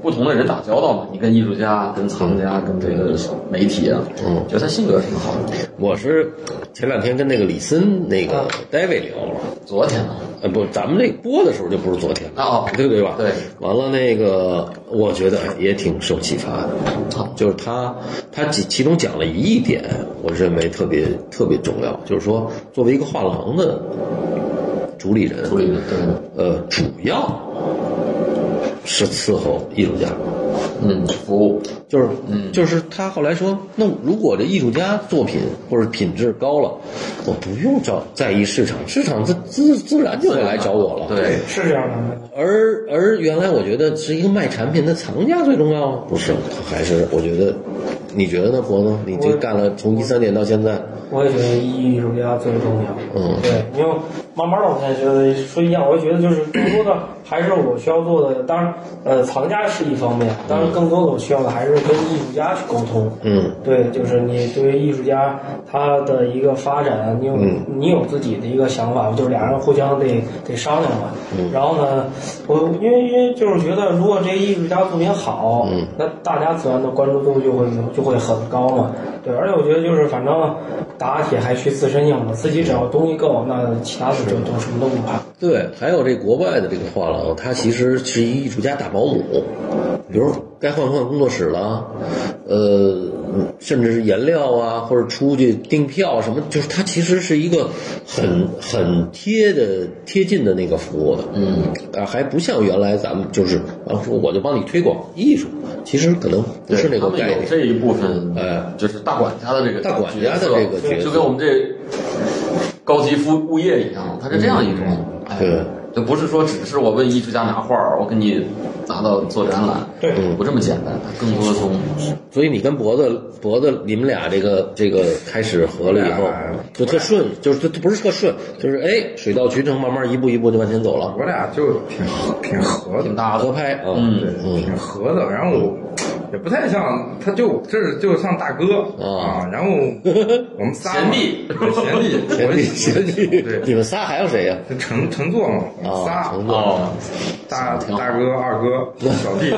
不同的人打交道嘛，你跟艺术家、跟藏家、跟这个媒体啊，
嗯
觉得他性格挺好的。
我是前两天跟那个李森那个 David 聊了，
昨天啊，
呃，不，咱们这播的时候就不是昨天了
哦
对对吧？
对。
完了，那个我觉得哎也挺受启发的，就是他他其其中讲了一点，我认为特别特别重要，就是说作为一个画廊的主理人，
处理的对，
呃，主要是伺候艺术家。
嗯，服务，
就是，
嗯
就是他后来说，那如果这艺术家作品或者品质高了，我不用找在意市场，市场自自自然就会来找我了。
啊对，
是这样的。
而而原来我觉得是一个卖产品的藏家最重要啊，不是？还是我觉得，你觉得呢，博呢？你这
我
干了从一三年到现在，
我也觉得艺术家最重要。
嗯
对，因为慢慢的我现在觉得说一样，我就觉得就是更多的还是我需要做的，当然呃藏家是一方面，当然更多的我需要的还是跟艺术家去沟通。
嗯
对，就是你对于艺术家他的一个发展，你有、
嗯
你有自己的一个想法，就是俩人互相得得商量嘛。然后呢，我因为因为就是觉得，如果这艺术家作品好，那大家自然的关注度就会就会很高嘛。对，而且我觉得就是反正打铁还需自身硬嘛，自己只要东西够，那其他的就都什么都不怕。
对，还有这国外的这个画廊，它其实是一艺术家大保姆，比如该换换工作室了，啊呃，甚至是颜料啊，或者出去订票啊什么，就是它其实是一个很很贴的贴近的那个服务的，
嗯，
啊，还不像原来咱们就是啊，说我就帮你推广艺术，其实可能不
对
是那
他
个
们
概
有
念。
这一部分，
哎，
就是大管家的这个
大管家的这个角色
就跟我们这高级服务业一样，它是这样一种，哎
对，
就不是说只是我问艺术家拿画儿，我给你拿到做展览，
对
嗯
不这么简单，更多从
所以你跟脖子脖子，你们俩这个这个开始合了以后
哎，
就特顺，就是这不是特顺，就是哎，水到渠成，慢慢一步一步就往前走了，
我俩就挺挺合的
挺，
[laughs]
大
合
的，
拍啊，
嗯
对，挺合的。然后我也不太像，他就这是就像大哥
啊
啊。然后我们仨嘛
[laughs] 贤弟
对贤
[laughs]
弟，
前
我
提
也
前提
[laughs] 对，
嗯哎你们仨还有谁呀？
乘乘坐嘛，我们
啊，
仨
程总，
哦，
大
挺好
大哥、二哥、小弟，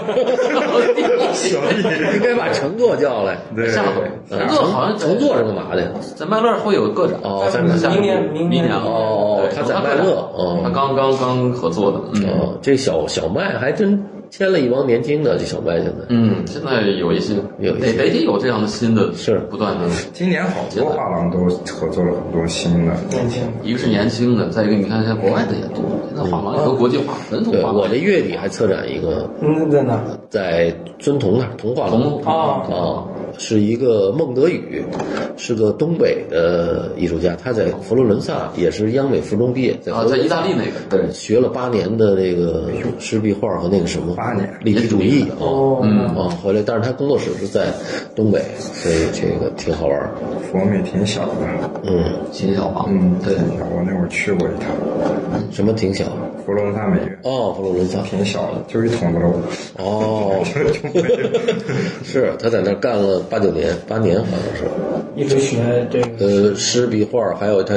小
[laughs] 应该
弟，
把程座叫来。
对，
[laughs] 下回
啊程
程座好像
程座是干嘛的呀？
在麦乐会有个展，
哦在
下
明年
明啊
明年
哦
对
他在麦乐哦
他刚刚刚合作的，嗯
哦，这小小麦还真签了一帮年轻的，这小麦现在
嗯，现在有一些，
有一
得
些
得得有这样的新的，
是
不断的。
今年好多画廊都合作了很多新的，
年轻，
一个是年轻的，再一个你看现在国外的也多，现在画廊也都国际化，本土
嗯对
化。
我这月底还策展一个，
嗯，在哪儿？
在尊同那儿，童话楼。
从
啊
哦
啊，是一个孟德宇，是个东北的艺术家，他在佛罗伦萨也是央美附中毕业，在佛
啊，
罗
在
伦
意
萨
大利那个，对，
学了八年的这个湿壁画和那个什么
八年
立体主义啊。
哦，
啊，回来，但是他工作室是在东北，所以这个挺好玩儿。
佛美挺小的，
嗯，
秦小王，
嗯，
对，
我那会儿去过一趟，
什么挺小？
佛罗伦萨美院
哦，佛罗伦萨。
挺小的，就一筒子楼，
哦，
就就没有。
[laughs] 是他在那儿干了八九年，八年好像是。
一直学这个。
呃，诗、壁画，还有他，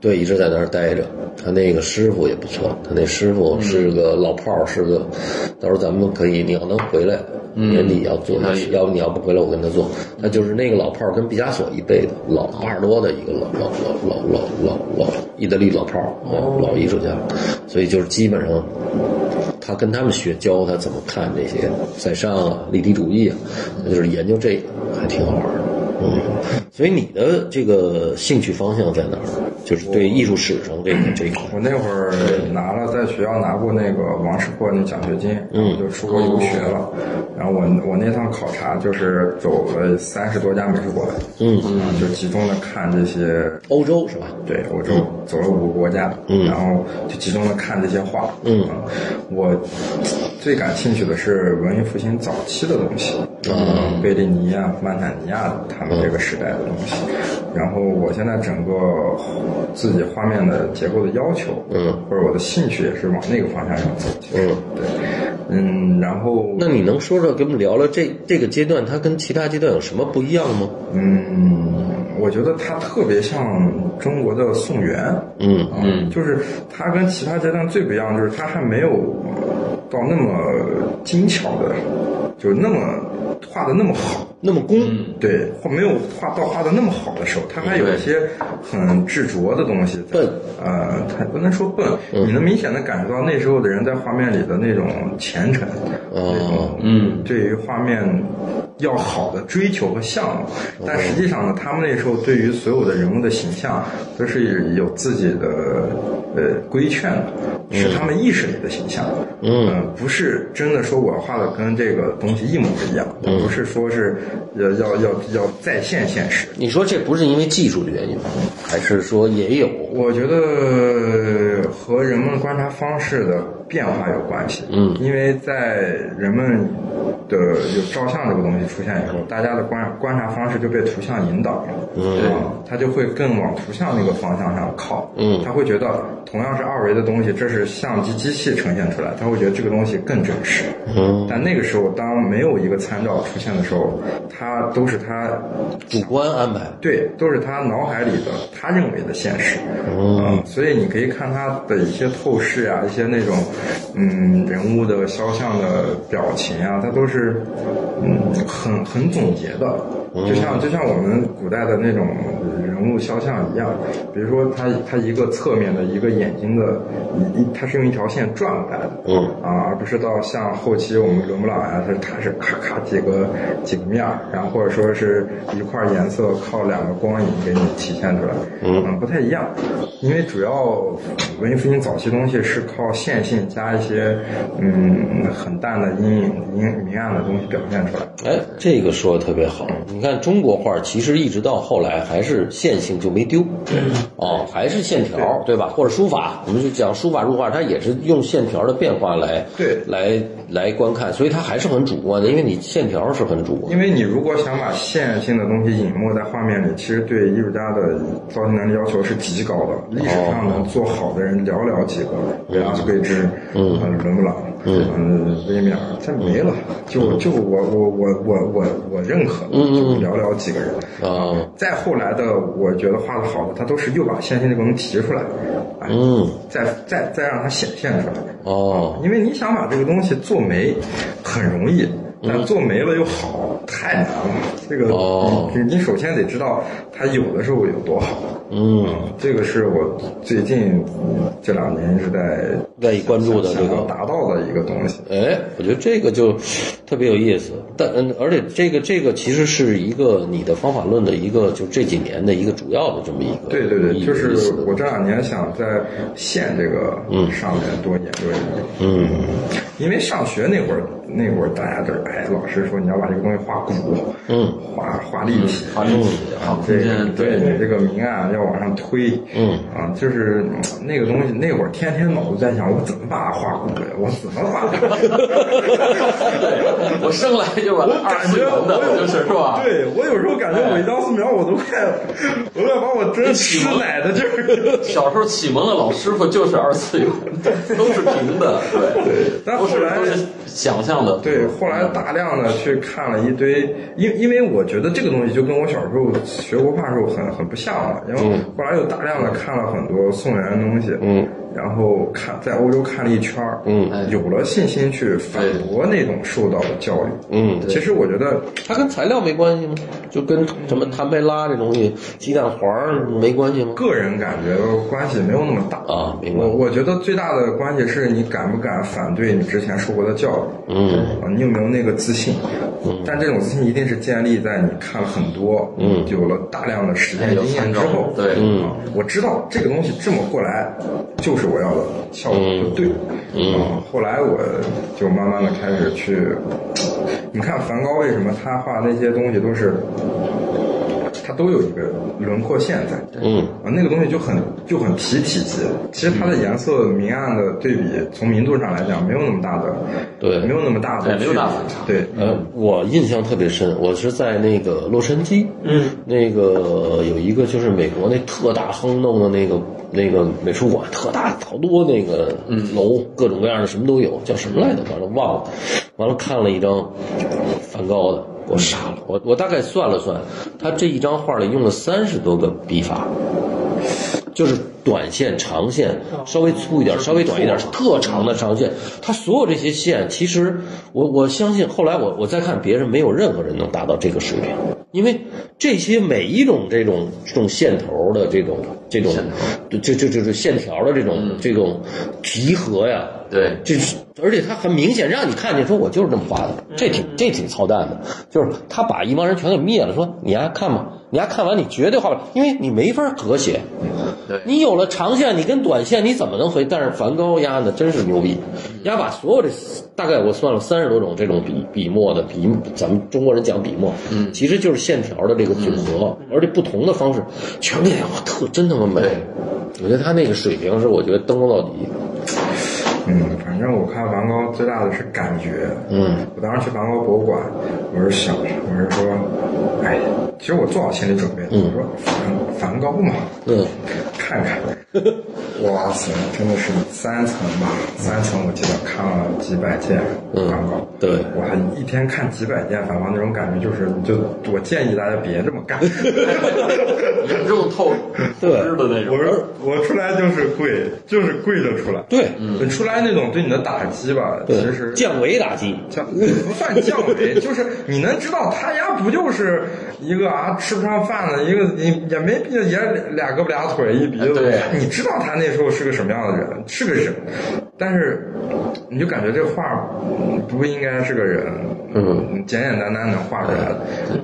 对，一直在那儿待着。他那个师傅也不错，他那师傅是个老炮儿，是个，到时候咱们可以，你要能回来，年底要做，要不你要不回来，我跟他做。他就是那个老炮儿，跟毕加索一辈的，老八十多的一个老老老老老老老意大利老炮儿，老老艺术家，所以就是基本上。他跟他们学，教他怎么看这些塞尚啊、立体主义啊，就是研究这个，还挺好玩的。嗯，所以你的这个兴趣方向在哪儿？就是对艺术史上这个这一块。
我那会儿拿了在学校拿过那个王石破那奖学金，嗯，就出国游学了。然后我我那趟考察就是走了三十多家美术馆，
嗯，
然后就集中的看这些，
欧洲是吧？
对，我就走了五个国家，嗯，然后就集中的看这些画，啊
嗯
我最感兴趣的是文艺复兴早期的东西，嗯，贝利尼啊、曼塔尼亚他们这个时代的东西。然后我现在整个自己画面的结构的要求，
嗯，
或者我的兴趣也是往那个方向上走。其实
嗯，
对，嗯，然后
那你能说说，跟我们聊聊这这个阶段它跟其他阶段有什么不一样吗？
嗯，我觉得他特别像中国的宋元，
嗯
嗯，就是他跟其他阶段最不一样，就是他还没有到那么精巧的，就那么画的那么好。
那么工，
对，画没有画到画的那么好的时候，他还有一些很执着的东西在。
笨嗯
呃，他不能说笨，你能明显的感觉到那时候的人在画面里的那种虔诚，
哦
那种
嗯
对于画面要好的追求和向往。但实际上呢，他们那时候对于所有的人物的形象都是有自己的呃规劝的，是他们意识里的形象。
嗯
呃不是真的说我要画的跟这个东西一模一样，不是说是要要要要再现现实。
你说这不是因为技术的原因吗？还是说也有？
我觉得和人们观察方式的变化有关系。
嗯
因为在人们的有照相这个东西出现以后，大家的观观察方式就被图像引导了。嗯，他就会更往图像那个方向上靠。
嗯
他会觉得同样是二维的东西，这是相机机器呈现出来，他会觉得这个东西更真实。
嗯，
但那个时候，当没有一个参照出现的时候，他都是他
主观安排。
对，都是他脑海里的他认为的现实。嗯，所以你可以看他的一些透视啊，一些那种嗯人物的肖像的表情啊，他都是嗯很很总结的。就像就像我们古代的那种人物肖像一样，比如说他他一个侧面的一个眼睛的，一一他是用一条线转过来的，
嗯
啊，而不是到像后期我们伦勃朗啊，它是它是咔咔几个几个面儿，然后或者说是一块颜色靠两个光影给你体现出来，
嗯
不太一样，因为主要文艺复兴早期东西是靠线性加一些嗯很淡的阴影、阴明暗的东西表现出来，
哎，这个说的特别好。你看中国画，其实一直到后来还是线性就没丢，哦，还是线条，对吧？或者书法，我们就讲书法入画，它也是用线条的变化来
对
来来观看，所以它还是很主观的，因为你线条是很主观的。
因为你如果想把线性的东西隐没在画面里，其实对艺术家的造型能力要求是极高的。历史上能做好的人寥寥几个，维拉斯奎兹，啊嗯，伦勃朗，嗯，威米尔，这没了。就就我我我我我我认可的，就寥寥几个人。
啊，
再后来的，我觉得画的好的，他都是又把线性这个东西提出来，哎，
嗯，
再再再让它显现出来。
哦，
因为你想把这个东西做没很容易，
嗯
但做没了又好，太难了。这个
哦
你你首先得知道它有的时候有多好。
嗯，
这个是我最近嗯这两年一直在
愿意关注的这
想要
个
达到的一个东西。
哎，我觉得这个就特别有意思，但嗯，而且这个这个其实是一个你的方法论的一个，就这几年的一个主要的这么一个
对对对，
意
就
意
是
思
我这两年想在线这个上面多研究研究。
嗯
因为上学那会儿，那会儿大家都是哎，老师说你要把这个东西画鼓，
嗯，
画画立体，
画立体画
啊
空，
这
间
对
对
你这个明暗要往上推，
嗯，
啊，就是嗯那个东西，那会儿天天脑子在想，我怎么把它画鼓呀？我怎
[laughs]
么画？
[laughs] 我生来就把它二
感
次
觉
元
哎我
的，
有
就是是吧？哎
对我有时候感觉我一张素描，我都快，我都快把我真吃奶的劲儿。
小时候启蒙的老师傅就是二次元，都是平的，对，
但
都
后
是
来
都是想象的。嗯
对，后来大量的去看了一堆，因因为我觉得这个东西就跟我小时候学国画时候很很不像了，然后后来又大量的看了很多宋元的东西，
嗯，
然后看在欧洲看了一圈儿，
嗯
哎
有了信心去反驳那种受到的教育。
嗯，
其实我觉得
它跟材料没关系吗？就跟什么碳贝拉这东西、鸡蛋黄儿没关系吗？
个人感觉关系没有那么大
啊明白
我我觉得最大的关系是你敢不敢反对你之前受过的教育，
嗯
啊，你有没有那个自信？但这种自信一定是建立在你看了很多，
嗯
有了大量的实践
有
经验
参
之
照
后，
对
嗯
啊，我知道这个东西这么过来就是我要的效果，
嗯
就对，
嗯
啊，后来我就慢慢的开始去，你看梵高为什么他画那些东西都是，他都有一个轮廓线在，
嗯
啊，那个东西就很就很提体积。其实它的颜色明暗的对比，从明度上来讲，没有那么大的，
对
没有那么大的
对没
区别，
有大反差
对，
呃，我印象特别深，我是在那个洛杉矶，
嗯，
那个有一个就是美国那特大轰动的那个那个美术馆，特大好多那个楼，各种各样的什么都有，叫什么来着？完了忘了，完了看了一张梵高的，给我傻了，我我大概算了算，他这一张画里用了三十多个笔法。就是短线、长线，稍微粗一点，稍微短一点，特长的长线。它所有这些线，其实我我相信，后来我我再看别人，没有任何人能达到这个水平，因为这些每一种这种这种线头的这种这种，对这这这这线条的这种这种集合呀，
对，
这是，而且他很明显让你看见，说我就是这么画的，这挺
嗯
这挺操蛋的，就是他把一帮人全给灭了，说你丫看吧，你丫看完你绝对画不了，因为你没法和谐，
对
你有了长线，你跟短线你怎么能和谐？但是梵高丫的真是牛逼，
嗯
丫把所有这大概我算了三十多种这种笔笔墨的笔，咱们中国人讲笔墨，嗯，其实就是线条的这个组合，
嗯
而且不同的方式全给我特真他妈美
对，
我觉得他那个水平是我觉得登峰造极，
嗯，反正我看梵高最大的是感觉。
嗯
我当时去梵高博物馆，我是想，我是说，哎，其实我做好心理准备了，我说梵梵高嘛，
嗯。[laughs]
看看，哇塞，真的是三层吧，三层我记得看了几百件
嗯
梵高，
对
哇，一天看几百件梵高那种感觉就是，你就我建议大家别这么
[laughs]
干，
嗯
严重透透
对
支的那种
我。说我出来就是跪，就是跪着出来，
对，
你出来那种对你的打击吧，其
嗯对，
实
降维打击，
降不算降维， [laughs] 就是你能知道他家不就是一个啊吃不上饭的一个，你也没必要也俩胳膊俩腿一
哎
鼻子，
对
你知道他那时候是个什么样的人，是个人，但是你就感觉这画嗯不应该是个人，
嗯，
简简单单的画出来的，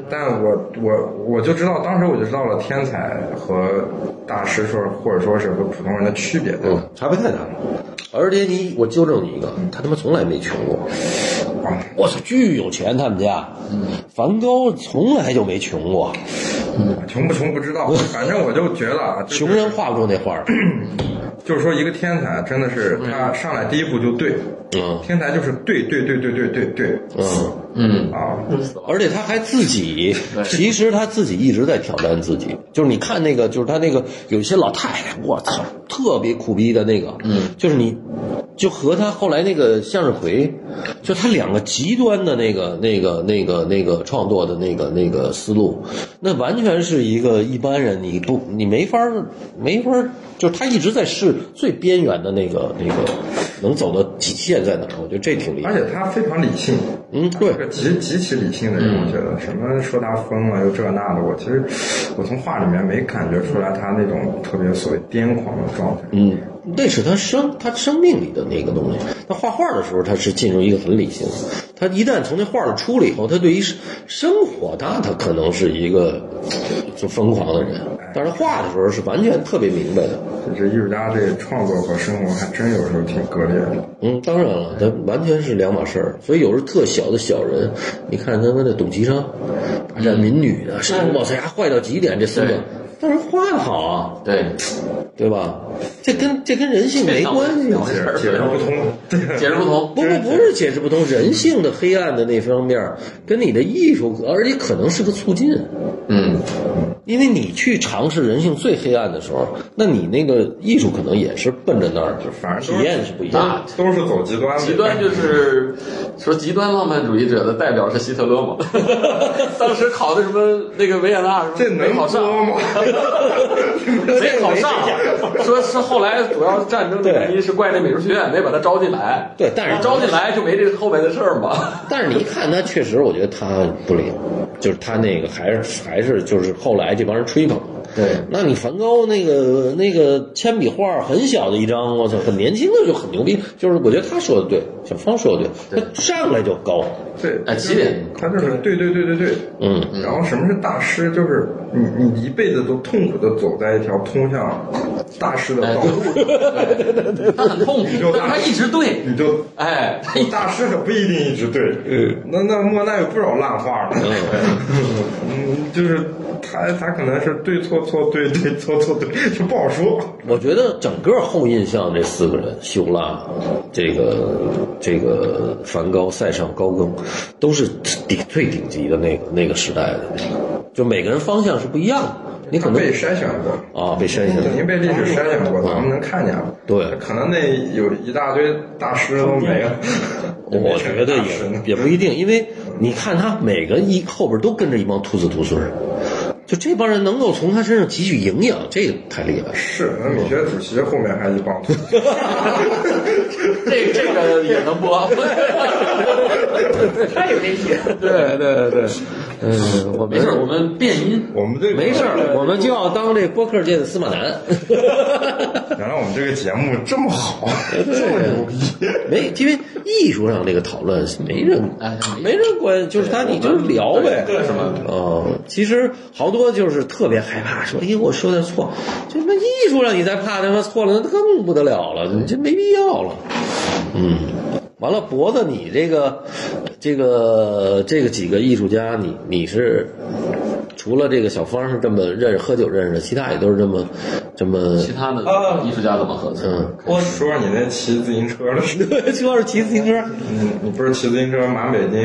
但我我我就知道，当时我就知道了天才和大师说或者说是和普通人的区别，对吧？
嗯，差别太大了。而且你，我纠正你一个，他他妈从来没穷过。
啊，
我操，巨有钱他们家，梵高从来就没穷过，
啊穷不穷不知道，反正我就觉得啊，就是
穷人画不出那画儿。
就是说，一个天才真的是他上来第一步就对，
嗯
天才就是对对对对对对对
嗯，
嗯，
啊，
而且他还自己
对，
其实他自己一直在挑战自己。就是你看那个，就是他那个有一些老太太，我操，特别苦逼的那个，嗯，就是你，就和他后来那个向日葵，就他两个极端的那个那个那个那个创作的那个那个思路，那完全是一个一般人你不你没法儿没法儿，就是他一直在试最边缘的那个那个能走到极限在哪儿，我觉得这挺厉
而
害。
且他非常理性，
嗯，
是
对，
个极极其理性的人，
嗯
我觉得什么说他疯了又这那的，我其实我从画里面没感觉出来他那种特别所谓癫狂的状态。
嗯，那是他生他生命里的那个东西。他画画的时候，他是进入一个很理性的。他一旦从那画里出来以后，他对于生生活，他他可能是一个就疯狂的人。但是画的时候是完全特别明白的。
这艺术家这创作和生活还真有时候挺割裂的。
嗯，当然了，他完全是两码事儿。所以有时候特小的小人，啊你看他们的董其昌，大战民女的，什么我操，呀，坏到极点，这孙子但是画的好啊，
对，
对吧？这跟这跟人性没关系啊。
这事儿
解释不通，
[laughs]
对，
解释不通。
不不不是解释不通，人性的黑暗的那方面儿，跟你的艺术，而且可能是个促进，
嗯，
因为你去尝试人性最黑暗的时候，那你那个艺术可能也是奔着那儿，
反正
体
都是
验是不一样的。
都是走极端的，
啊极端就是说极端浪漫主义者的代表是希特勒嘛？ [laughs] 当时考的什么那个维也纳什么
这
没
能
考上， [laughs]
说吗？
没考上，说是后来主要战争的原因是怪那美术学院没把他招进来，
对但是
招进来就没这后面的事儿
[laughs]
嘛。
但是你一看他，确实我觉得他不灵，就是他那个还是还是就是后来这帮人吹捧。
对
那你梵高那个那个铅笔画很小的一张，我操，很年轻的就很牛逼，就是我觉得他说的对，小芳说的对，他上来就高，
对，
哎起点
他就是对对对对对，
嗯，
然后什么是大师？就是你你一辈子都痛苦的走在一条通向大师的
哎，
道
就
路，
路上，他很痛苦，但是他一直对，
你就
哎，他
[laughs]
一
大师可不一定一直对，嗯，那那莫奈有不少烂画呢，嗯，就是他他可能是对错错对对错错对，就不好说。
我觉得整个后印象这四个人，修拉，这个这个梵高、塞尚、高更，都是顶最顶级的那个那个时代的，就每个人方向是不一样的，你可能
被筛选过，
啊被筛选了
肯定被历史筛选过，咱们能看见了。
对
可能那有一大堆大师都没了。
我觉得
[laughs] 大师呢
也也不一定，因为你看他每个一后边都跟着一帮兔子兔孙儿，就这帮人能够从他身上汲取营养，这个太厉害了。
是，那美学主席后面还一帮徒弟，
这这个也能播。
他有这题，
对对对，嗯，我
没事，我们变音。
我们这个
没事儿，我们就要当这播客界的司马南。
原来我们这个节目这么
[laughs]
好，这么牛逼。
哎没，因为艺术上这个讨论是没人
哎
没人关，就是他你就是聊呗，
对是吗
嗯，其实好多就是特别害怕，说，哎，我说点错，就他妈艺术上你再怕他妈错了，那更不得了了，你这没必要了，嗯。完了，脖子，你这个，这个，这个几个艺术家，你你是除了这个小芳是这么认识喝酒认识的，其他也都是这么这么，
其他的
啊
艺术家怎么合作？
嗯，
我 [laughs]
说你那骑自行车的事，
主要是骑自行车，
你你不是骑自行车满北京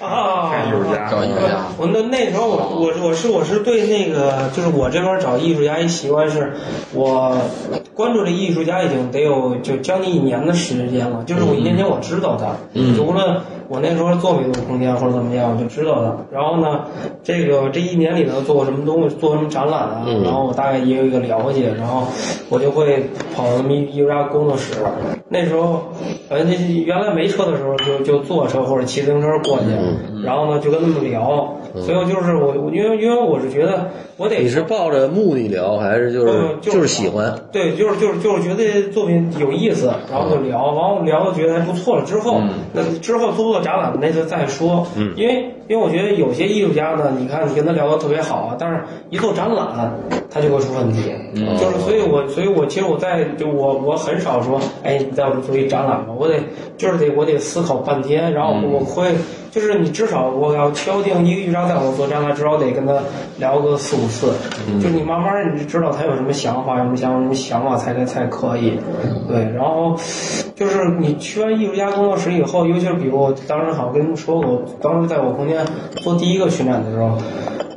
啊
看艺术家，
找艺术家
我那那时候我我我是我是对那个就是我这边找艺术家一习惯是，我关注这艺术家已经得有就将近一年的时间了，就是我一年前我知道他，嗯，无论我那时候做没做空间或者怎么样，我就知道他。然后呢，这个这一年里头做过什么东西，做过什么展览啊，然后我大概也有一个了解，然后我就会跑到那么艺术家工作室。那时候，反正原来没车的时候就就坐车或者骑自行车过去，然后呢就跟他们聊。所以我就是我，我因为因为我是觉得我得
你是抱着目的聊，还是就是、
嗯就是
就是喜欢？
对，就是就是就是觉得作品有意思，然后就聊，完后聊的觉得还不错了之后，那之后做不做展览那就再说。嗯，因为因为我觉得有些艺术家呢，你看你跟他聊的特别好啊，但是一做展览他就会出问题。嗯，就是所以我所以我其实我在就我我很少说，哎，你带我做一展览吧，我得就是得我得思考半天，然后我会。就是你至少我要敲定一个预兆，在我做展览，至少得跟他聊个四五次。就是你慢慢儿你就知道他有什么想法，有什么想法，有什么想法才才才可以。对，然后就是你去完艺术家工作室以后，尤其是比如我当时好像跟你们说过，我当时在我空间做第一个巡展的时候。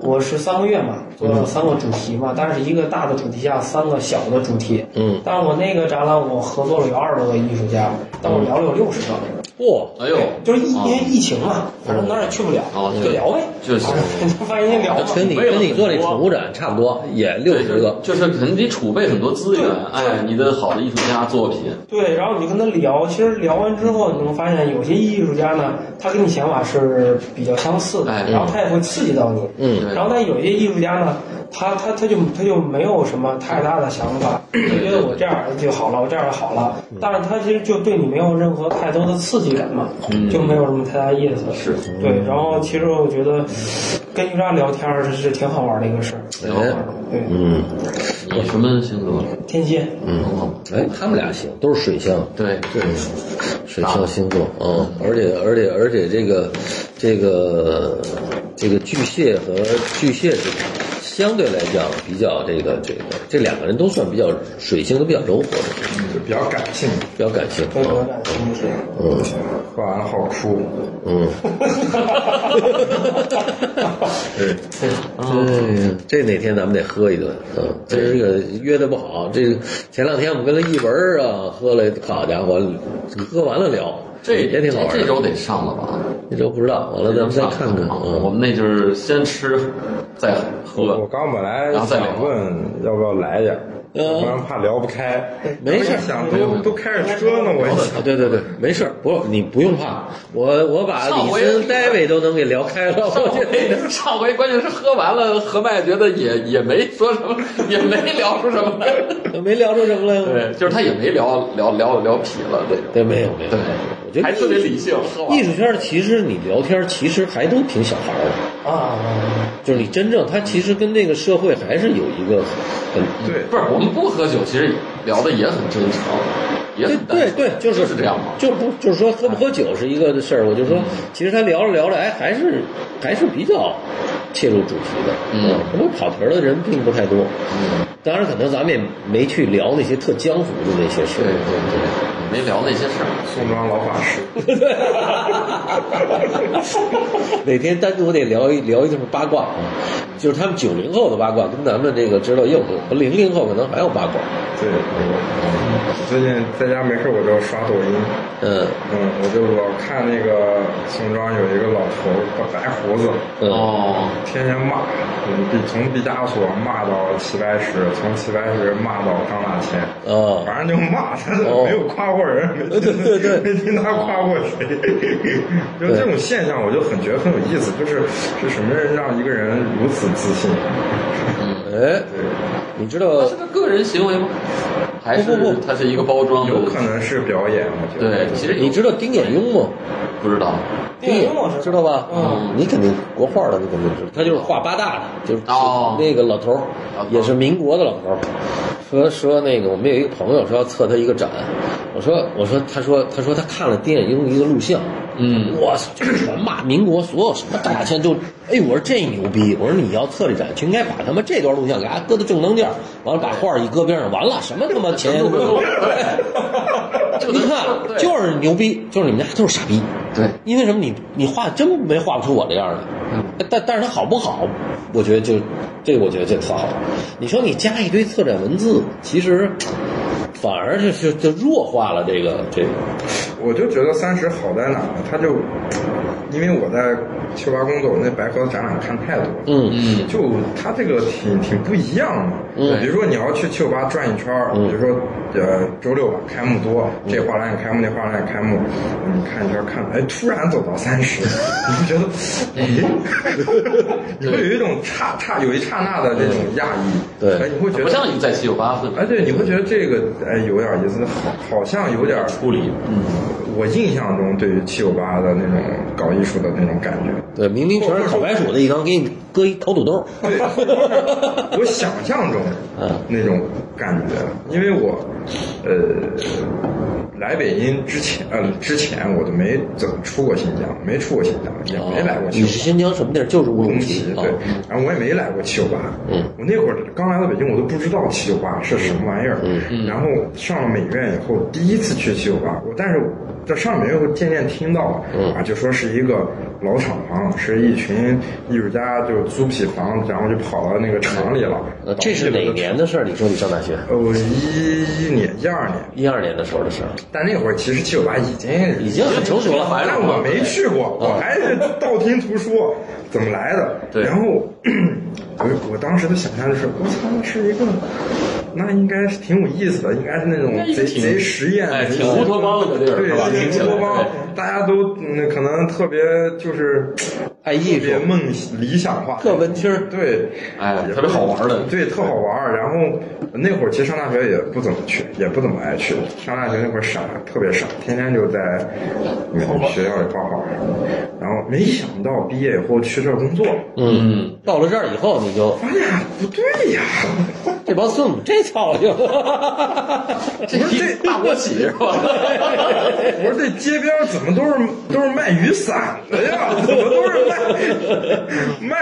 我是三个月嘛，做了三个主题嘛，但是一个大的主题下三个小的主题。
嗯，
但是我那个展览我合作了有二十多个艺术家，但我聊了有六十个。
哇、
哎呦，
就是因为疫情嘛，反正哪儿也去不了，
哦
就聊呗，
就是
[laughs] 反正万一聊吧。
跟你
为了
跟你做那
很多
宠物展差不多，也六
对，
十个。
就是肯定得储备很多资源
对，
哎，你的好的艺术家作品，
对，然后你就跟他聊，其实聊完之后，你能发现有些艺术家呢，他跟你想法是比较相似的，
哎
然后他也会刺激到你。
嗯
对
然后但有些艺术家呢，他他他就他就没有什么太大的想法，
对嗯
觉得我这样就好了，我这样就好了。但是他其实就对你没有任何太多的刺激感嘛，就没有什么太大意思。
嗯是嗯
对，然后其实我觉得跟艺术家聊天儿是是挺好玩的一个事儿。
挺好玩的
对，
嗯
你什么星座？
天蝎，
嗯，哎，他们俩行，都是水象，
对对，
水象星座，嗯，而且而且而且这个这个这个巨蟹和巨蟹是相对来讲比较这个这个，这两个人都算比较水性都比较柔和的，
就比较感性，
比较感性。
都有点
[laughs]
心事。
嗯
画完了好哭。
嗯。对，哦这哪天咱们得喝一顿。嗯，这个约的不好，这个前两天我们跟那一文儿啊喝了，好家伙，喝完了聊，
这
也挺好玩
这
的。
这周得上了吧？
这周不知道，完了咱们再看看。
啊
嗯，
我们那就是先吃，再
我
喝。
刚本来
然后再聊
想问要不要来点儿，
嗯
不然怕聊不开。
没事
我一想都都开着车呢，我一想
啊，对对对，没事儿，不，你不用怕，我我把
上
李
回
森、戴维都能给聊开 [laughs] 了，
上
我觉得。
回 [laughs] 上回关键是喝完了，何麦觉得也也没说什么，也没聊出什么来。
没聊出什么来吗？
对，就是他也没聊聊聊聊痞了这种。
对，没有没有。
对，
我觉得
还特别理性。喝完
艺术圈其实你聊天其实还都挺小孩儿的，
啊，
就是你真正他其实跟那个社会还是有一个很
对，
不是我们不喝酒，其实聊的也很真诚，也
对
很单
对
纯
对，就
就是这样嘛。嗯
就不就是说喝不喝酒是一个事儿，我就说其实他聊着聊着，哎，还是还是比较切入主题的，
嗯
因为跑题儿的人并不太多，
嗯，
当然可能咱们也没去聊那些特江湖的那些事
对对
儿，
对，没聊那些事儿。
宋庄老法师，
[laughs] 哪天单独得聊一聊一这么八卦啊，就是他们九零后的八卦，跟咱们这个知道又不零零后可能还有八卦，
对，
嗯
我最近在家没事我就刷抖音，
嗯
嗯，我就老看那个宋庄有一个老头儿，白白胡子，
嗯
哦，
天天骂，嗯毕从毕加索骂到齐白石，从齐白石骂到张大千，
啊，
反正就骂，但是没有夸过人，没听
哦对对对
没听他夸过谁。 [laughs] 就这种现象，我就很觉得很有意思，就是是什么人让一个人如此自信？
哎，你知道
嗯那是他个人行为吗？还
哦不不
是
不
他是一个包装
哦
的？
有可能是表演，我觉得。
对，其实有
你知道丁衍雍吗？
不知道？
电影我是
知道吧？
嗯，
你肯定国画的，你肯定知道，他就是画八大的，就是
哦
那个老头儿
老头儿
也是民国的老头儿说说那个我们有一个朋友说要测他一个展，我说我说他说他说他看了电影一个录像，
嗯，
我操，就是全骂民国所有什么大千就，哎，我说这牛逼，我说你要测这展，就应该把他妈这段录像给它搁到正当间儿，完了把画儿一搁边上，完了什么他妈前言
就
你
能
看
对
就是牛逼，就是你们家都是傻逼。
对，
因为什么你？你画真没画不出我这样的，但但是它好不好？我觉得就这，我觉得这特好。你说你加一堆策展文字，其实反而是是就弱化了这个这个。
我就觉得三十好在哪呢？他就因为我在秋八宫走那白河展览看太多了，
嗯
嗯，
就它这个挺挺不一样的。
嗯
比如说你要去七九八转一圈儿，比如说呃周六吧开幕多，
嗯
这画廊也开幕，那画廊也开幕，你看一圈儿看，哎，突然走到三十， [laughs] 你会觉得，哎，
[laughs]
你会有一种刹刹有一刹那的那种讶异，
嗯对
哎，你会
不
觉得。
像你在七九八分，
哎，对，你会觉得这个哎有点意思，好，好像有点儿嗯
处理，
我印象中对于七九八的那种搞艺术的那种感觉，
[laughs] 对，明明全是烤白薯的一缸，给你搁一烤土豆。
我想象中那种感觉，因为我呃来北京之前，呃之前我都没怎么出过新疆，没出过新疆，也没来过
哦你
新
是新疆什么地儿？就是乌鲁
东
木
旗
齐，啊
嗯对。，然后我也没来过七九八，
嗯
我那会儿刚来到北京，我都不知道七九八是什么玩意儿，
嗯
然后上了美院以后，第一次去七九八，我但是在上美院以后渐渐听到了，
嗯
啊，就说是一个老厂房，是一群艺术家就租不起房，然后就跑到那个厂里了
呃，，这是哪年的事儿？你说你上大学，
呃，我一一年、一二年，
一二年的时候的事儿，
但那会儿其实七九八已经
已经很成熟了，
反
但
正
我没去过，
啊
我还是道听途说怎么来的。
对
然后我我当时的想象就是，我操，那是一个，那应该是挺有意思的，应该是那种
应该
贼
挺
贼实验，
哎
贼
挺乌托邦的地儿
对，
是吧
贼
听起来哎
乌托邦
对，
大家都嗯可能特别就是
爱哎艺 [laughs]
特别
术，
梦理想化，
特文青儿。
对，
哎
也
特别好玩的
对，特好玩儿。然后那会儿其实上大学也不怎么去，也不怎么爱去。上大学那会儿傻，特别傻，天天就在嗯学校里画画。然后没想到毕业以后去这儿工作，
嗯，到了这儿以后你就
[laughs]
发现不对呀，
这帮孙子这操性，
这一大国企是吧？
我说这街边怎么都是都是卖雨伞的呀？怎么都是卖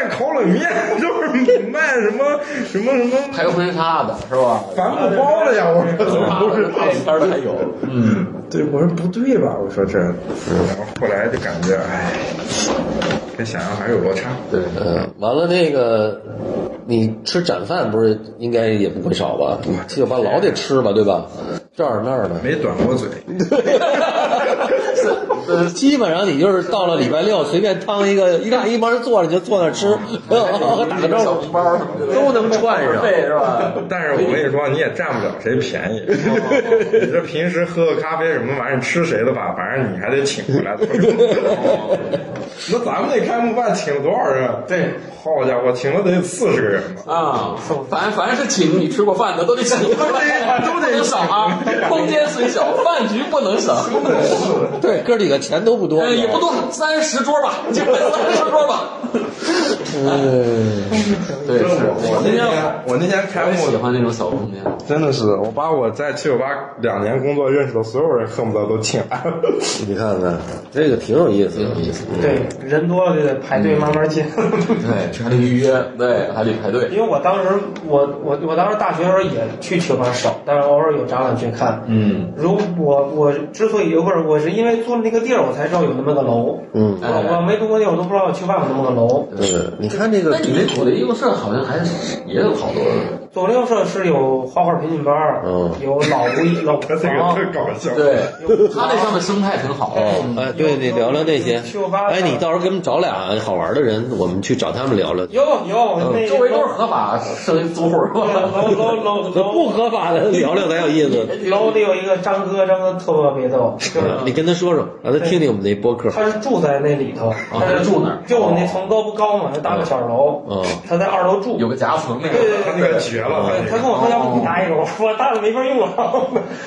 卖烤冷面，就是卖什么什么什么
拍婚纱的是吧？
帆布包的呀？我说怎么都是
大片儿还有，嗯，
对，我说不对吧？我说这，嗯然后后来就感觉哎，跟想象还是有落差。
对，
[laughs] 嗯，完了那个，你吃斩饭不是应该也不会少吧？七九八老得吃吧，对吧？这儿那儿
[laughs]
的，
没短过嘴，
呃基本上你就是到了礼拜六随便趟一个，一看一帮人坐着就坐那儿 [laughs] 吃，打个招
啊小
呼，
包儿什么的
都能串上。
费是吧？
但是我跟你说，你也占不了谁便宜。你这平时喝个咖啡什么玩意儿，吃谁的吧，反正你还得请回来。那咱们那开幕办请了多少人？啊
对，
好家伙，请了得四十个人
[laughs]
吧。
啊，凡凡是请你吃过饭的都得请，都
得都得
能省啊，空间虽小，饭局不能省，
对，哥几个钱都不多，
呃，也不多，三十桌吧，就三十桌吧。对，
真的，
是
我那天我那天开
我喜
幕
欢那种小空间。
真的是，我把我在七九八两年工作认识的所有人恨不得都请来了。
你看看这个挺有意思的，
有意思，
对，人多了就得排队慢慢
[laughs]
进。
对，这还得预约，对，还得排队。
因为我当时，我我我当时大学的时候也去球馆少，但是偶尔有展览去看。
嗯，
如我我之所以有不是，我是因为租了那个地儿，我才知道有那么个楼。
嗯
我我没住过地儿，我都不知道球馆有那么个
嗯
楼。
对，你看这个
那，你这左邻右舍好像还是也有好多人，
左邻右舍是有画画培训班儿，
嗯
有老吴老
[laughs] 他
吴
这个
房，
特搞笑。
对，他那上面生态挺好。
哦，哎，对，你聊聊那些
去我，爸
哎，你到时候给我们找俩好玩的人，我们去找他们聊聊。
有有那
周围都是合法生租户，是吧？
楼楼楼楼
那不合法
[laughs]
的聊聊才有意思。
楼里有一个张哥，张哥特别
啊
逗，就是
你跟他说说，让他听听我们那播客。
他是住在那里头，
他是住那儿
就我那层高不高嘛，他搭个小楼，
嗯嗯
他在二楼住。
[laughs] 有个夹层那
对对
他
对
个，
那个绝了，
对
他
他
那
跟我说要不你搭一个，我说搭的没法用了。
个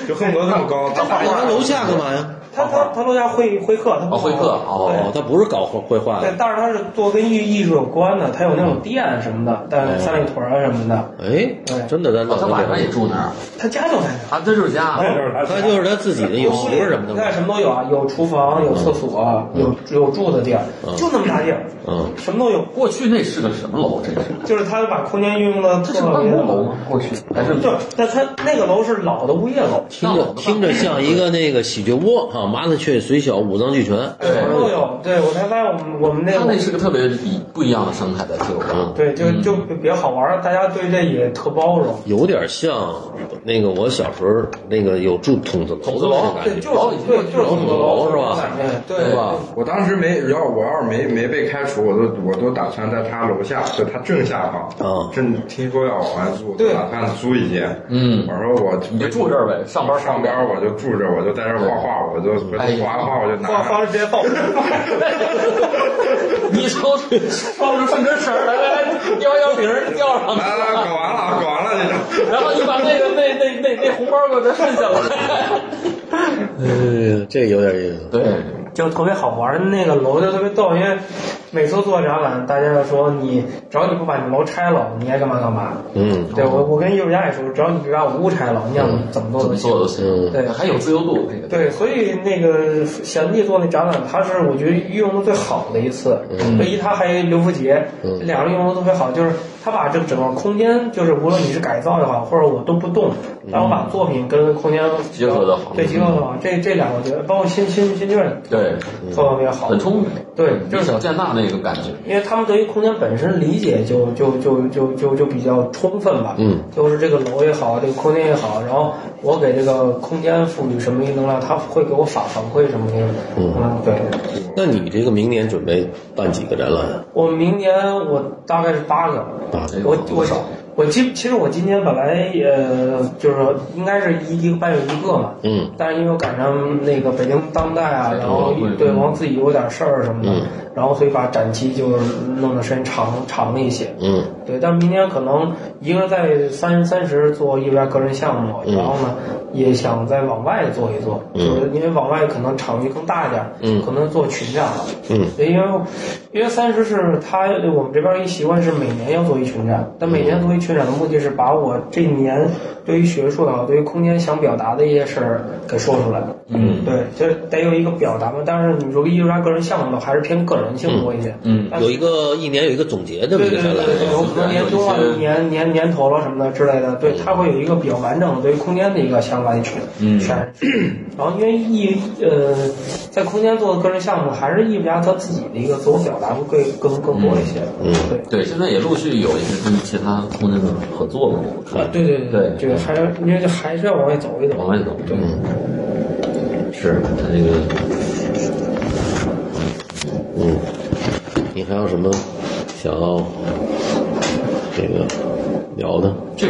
就恨不得那么高，他
哎
那他楼下干嘛呀？
他他他楼下会会客，他不
哦会客
哦，他不是搞绘画
对
哎
的，。
但是他是做跟艺艺术有关的，他有那种店什么的，但是三里屯啊什么的，
哎，真的，咱
哦
老
他晚上也
他
住那儿，
他家就在那。
啊，这就是 [laughs] 家。
就是他
他就是他自己的有媳妇儿什么的
你
嘛
看。什么都有啊，有厨房，有厕所，有有住的地儿，就那么大地儿，
嗯，
什么都有。
过去那是个什么楼？真是，
就是他把空间运用的
这
特
是办
别
公
好
楼。吗？过去还是
就是，但他那个楼是老的物业楼，
听着听着像一个那个喜剧窝啊，麻子雀虽小，五脏俱全。
对
什么都有。对我才发现我们我们那
他
个
那是个特别不一样的生态的自由吧？
对就
嗯
就比较好玩儿，大家对这也特包容。
有点像那个我小时候那个有住筒子楼的那种感
对，
觉，
就是对，就是
老
很多
楼是吧？
对
对
对
吧？
我当时没，要我要是没没被开除，我都我都打算在他楼下，就他正下方。
嗯
正听说要往外租，
对
打算租一间。
嗯
我说我
你就住这儿呗，上班
上班，我就住这儿，我就在这儿画画，我就回
哎
头
呀
画完
[laughs]
画我就拿
放放直接放。
你从放出顺根绳儿来来来， [laughs] 幺幺零吊上
来
来，
来，搞完了，搞完了 [laughs] 这
然后你把那个那那那那红包给我顺下来。
呃，这有点意思。
对，
就特别好玩儿，那个楼就特别逗，因为每次做展览，大家就说你只要你不把你楼拆了，你爱干嘛干嘛。
嗯
对我，我跟艺术家也说，只要你别把我屋拆了，你想怎么做
怎
都
么
行。
做都行，
对
还有自由度那个。
对，所以那个贤弟做那展览，他是我觉得运用的最好的一次。
嗯
唯一他还有刘福杰，
嗯
两个人运用的特别好，就是他把这个整个空间，就是无论你是改造也好，或者我都不动，然后把作品跟空间
嗯结合得好
对，结合的好。这这两个我觉得，包括新新新卷
对，
做得特别好，
嗯很充沛。
对，
就
就
是小建大那个感觉。
因为他们对于空间本身理解就就就就就就比较充分吧，
嗯，
就是这个楼也好，这个空间也好，然后我给这个空间赋予什么能量，他会给我反反馈什么东西，
嗯
对。
那你这个明年准备办几个展览啊？
我明年我大概是八个，
八个
我
多
我
少
我今其实我今年本来呃就是说应该是一一个班有一个嘛，
嗯，
但是因为我赶上那个北京当代啊，然后
嗯
对王自己有点事儿什么的，
嗯
然后所以把展期就是弄的时间长长了一些，
嗯
对，但是明年可能一个是在三三十做艺术家个人项目，
嗯
然后呢，也想再往外做一做，
嗯
就是因为往外可能场域更大一点，
嗯
可能做群展了。
嗯
对，因
嗯
为因为三十是他我们这边一习惯是每年要做一群展，但每年做一群宣讲的目的是把我这一年对于学术也啊好，对于空间想表达的一些事儿给说出来。
嗯
对，就是得有一个表达嘛。但是你说艺术家个人项目的，还是偏个人性多一些。
嗯
但是
有一个一年有一个总结这么
对
一个
对
展
对
览，
对，有可能年终啊、年年年头了什么的之类的，对，它会有一个比较完整的对于空间的一个想法去
嗯
诠释。然后因为艺呃，在空间做的个人项目，还是艺术家他自己的一个自我表达会更更更多一些。
嗯
对。
对，现在也陆续有一些跟其他空间的合作嘛，我看
啊，对对
对
就是还是因为这还是要往外走一走，
往外走
对，
是他这个
嗯，你还有什么想要这个聊的？
这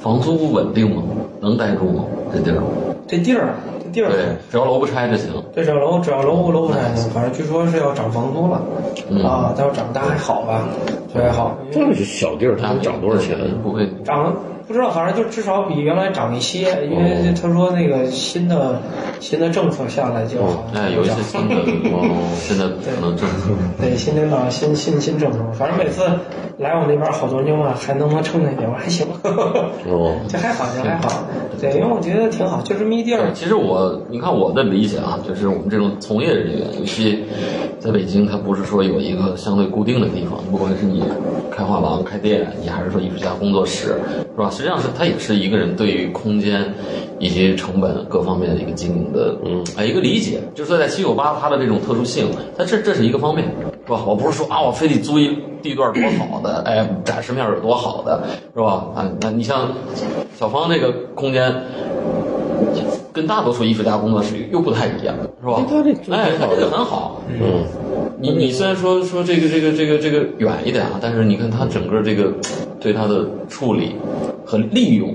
房租稳定吗？能待住吗？这地儿？
这地儿啊，这地儿啊，
对，只要楼不拆就行。
对，找楼找楼楼不拆，反正据说是要涨房租了、
嗯
啊，但是涨但还好吧，还好，因为
这是小地儿，它能涨多少钱？
不会，
涨了不知道，反正就至少比原来涨一些，因为他说那个新的新的政策下来就
哦
好像
哎，有一些新 [laughs] 的，哦，现在可能政策，
对新领导新新新政策，反正每次来我那边好多人就问还能不能撑下去，我说还行，
哦
这还好，这还好，对，因为我觉得挺好，就这么一地儿
对，其实我，你看我的理解啊，就是我们这种从业人员，尤其在北京，它不是说有一个相对固定的地方，不管是你开画廊、开店，你还是说艺术家工作室，是吧？实际上是它也是一个人对于空间以及成本各方面的一个经营的，嗯，哎，一个理解，就是说在七九八它的这种特殊性，它这这是一个方面，是吧？我不是说啊，我非得租一地段多好的，哎，展示面有多好的，是吧？啊，那你像小芳这个空间。跟大多数艺术家工作室又不太一样，是吧？
他这做得
哎，
挺
他
好的
这个很好。
嗯，
你你虽然说说这个这个这个这个远一点啊，但是你看他整个这个对他的处理和利用，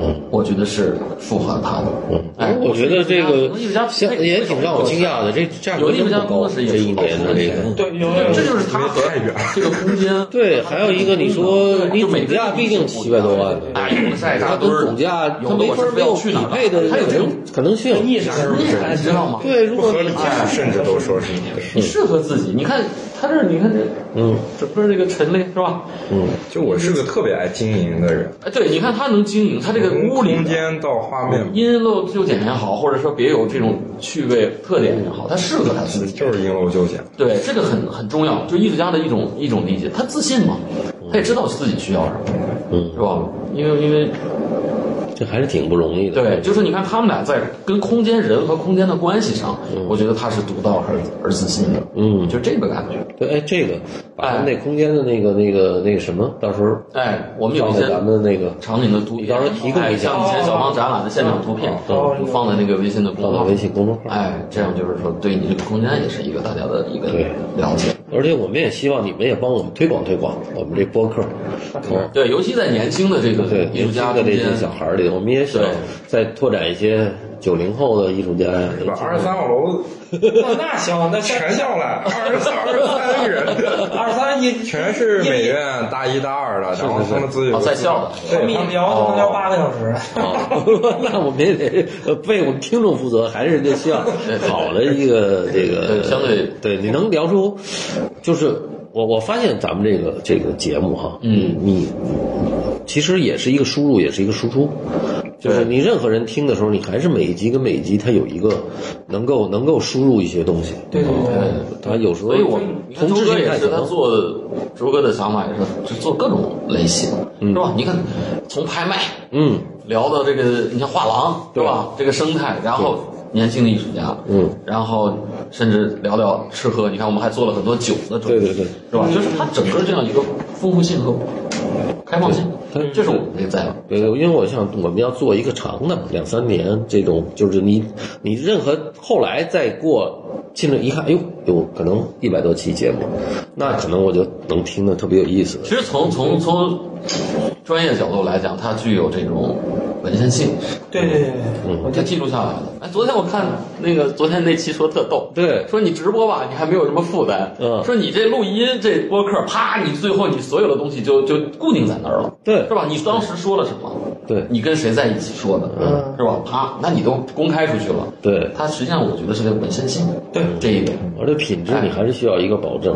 嗯，
我觉得是符合他的。
嗯，
哎，
我觉得这个
艺术家
像也挺让我惊讶的，这价
有
格
艺术
真
家
不
工
高，
作室也
这一年的这个。嗯
对，有
这就是他和
太远
这个空间。
对，还有一个你说你
就每
总
个
价
地
毕
区
竟
不
七
一
百
样
多万，
哎，有的在
它
扎
跟
堆儿，
总价
有
它
的
没
我
法
是
没
非
有
要去
匹
哪儿啊
配的
它有这种
可能性。
意识是不是？
你知道吗？
对，如
不
果
合理
你
技术甚至都说是你的事。
你适合自己。你看他这儿，你看这
嗯
整个这个陈列是吧？
嗯，
就我是个特别爱经营的人，
哎，对，你看他能经营，他这个
从
屋里
空间到画面，
音漏就简也好，或者说别有这种趣味特点也好，他适合他自己。
就是因陋就简。
对，这个很很重要，就艺术家的一种一种理解，他自信嘛，他也知道自己需要什么，
嗯
是吧？因为因为
这还是挺不容易的。
对，就是你看他们俩在跟空间人和空间的关系上，我觉得他是独到而而自信的，
嗯，
就这个感觉。
对，哎，这个把咱们那空间的那个、那个、那个什么，到时候
哎，我们有
放
一
在
些嗯
咱们那个
场景的图片，
你到时候提供一下嗯
哎像以前小芳展览的现场图片，
哦
我放在那个微信的公
放
众
到
号
微。信公众号。
哎，这样就是说，对你这个空间也是一个大家的一个
对
了解。
而且我们也希望你们也帮我们推广推广我们这播客。嗯，
对，尤其在年轻的这个
对，
艺术
年轻
家
的
中
这
间
些，小孩儿里，我们也想
对
再拓展一些九零后的艺术家呀。
把二十三号楼
哦那行，那下
全叫来，二十三二十三人，
二三一
全是美院大一大二的，然后他们自己
哦，在校的，
嗯
他们一聊就能聊八个小时。
哦， [laughs] 那我们也得呃为我们听众负责，还是得希望好的一个这个
对呃相对
对你能聊出，就是我我发现咱们这个这个节目哈，
嗯
你，你其实也是一个输入，也是一个输出，就是你任何人听的时候，你还是每一集跟每一集它有一个能够能够输入一些东西，
对对对，
它有时候
所以我你看
同
周
质
哥
性
也
太
是，
强
他
了。
做周哥的想法也是，就做各种类型，是吧？你看从拍卖
嗯，
聊到这个，你像画廊是吧？这个生态，然后年轻的艺术家，
嗯，
然后甚至聊聊吃喝，你看我们还做了很多酒的种类，
对对对
是吧？就是它整个这样一个丰富性和开放性，这是我们这个在
对，因为我想我们要做一个长的嘛，两三年这种，就是你你任何后来再过，进来一看，哎呦，有可能一百多期节目，那可能我就能听得特别有意思。
其实从从从专业角度来讲，它具有这种文献性，
对对对，
我就记录下来了。哎，昨天我看那个昨天那期说特逗，
对
说你直播吧，你还没有什么负担，
嗯
说你这录音这播客，啪，你最后你所有的东西就就固定在那儿了，
对
是吧？你当时说了什么？
对
你跟谁在一起说的，
嗯
是吧？啪，那你都公开出去了，
对
它实际上我觉得是个本身性，
对
这一点，
而且品质你还是需要一个保证，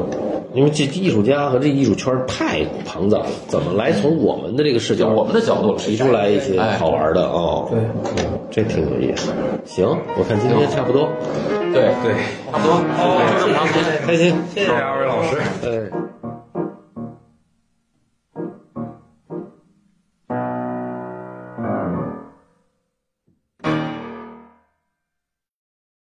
因为这艺术家和这艺术圈太庞杂了，怎么来从我们的这个视角，
就我们的角度来
提出来一些
哎
好玩的哦，
对
嗯这挺有意思。行，我看今天差不多，
对，
对，
差不多，
哦
就这么长时间。
开心，
谢
谢啊
谢
谢二位老师。
哎。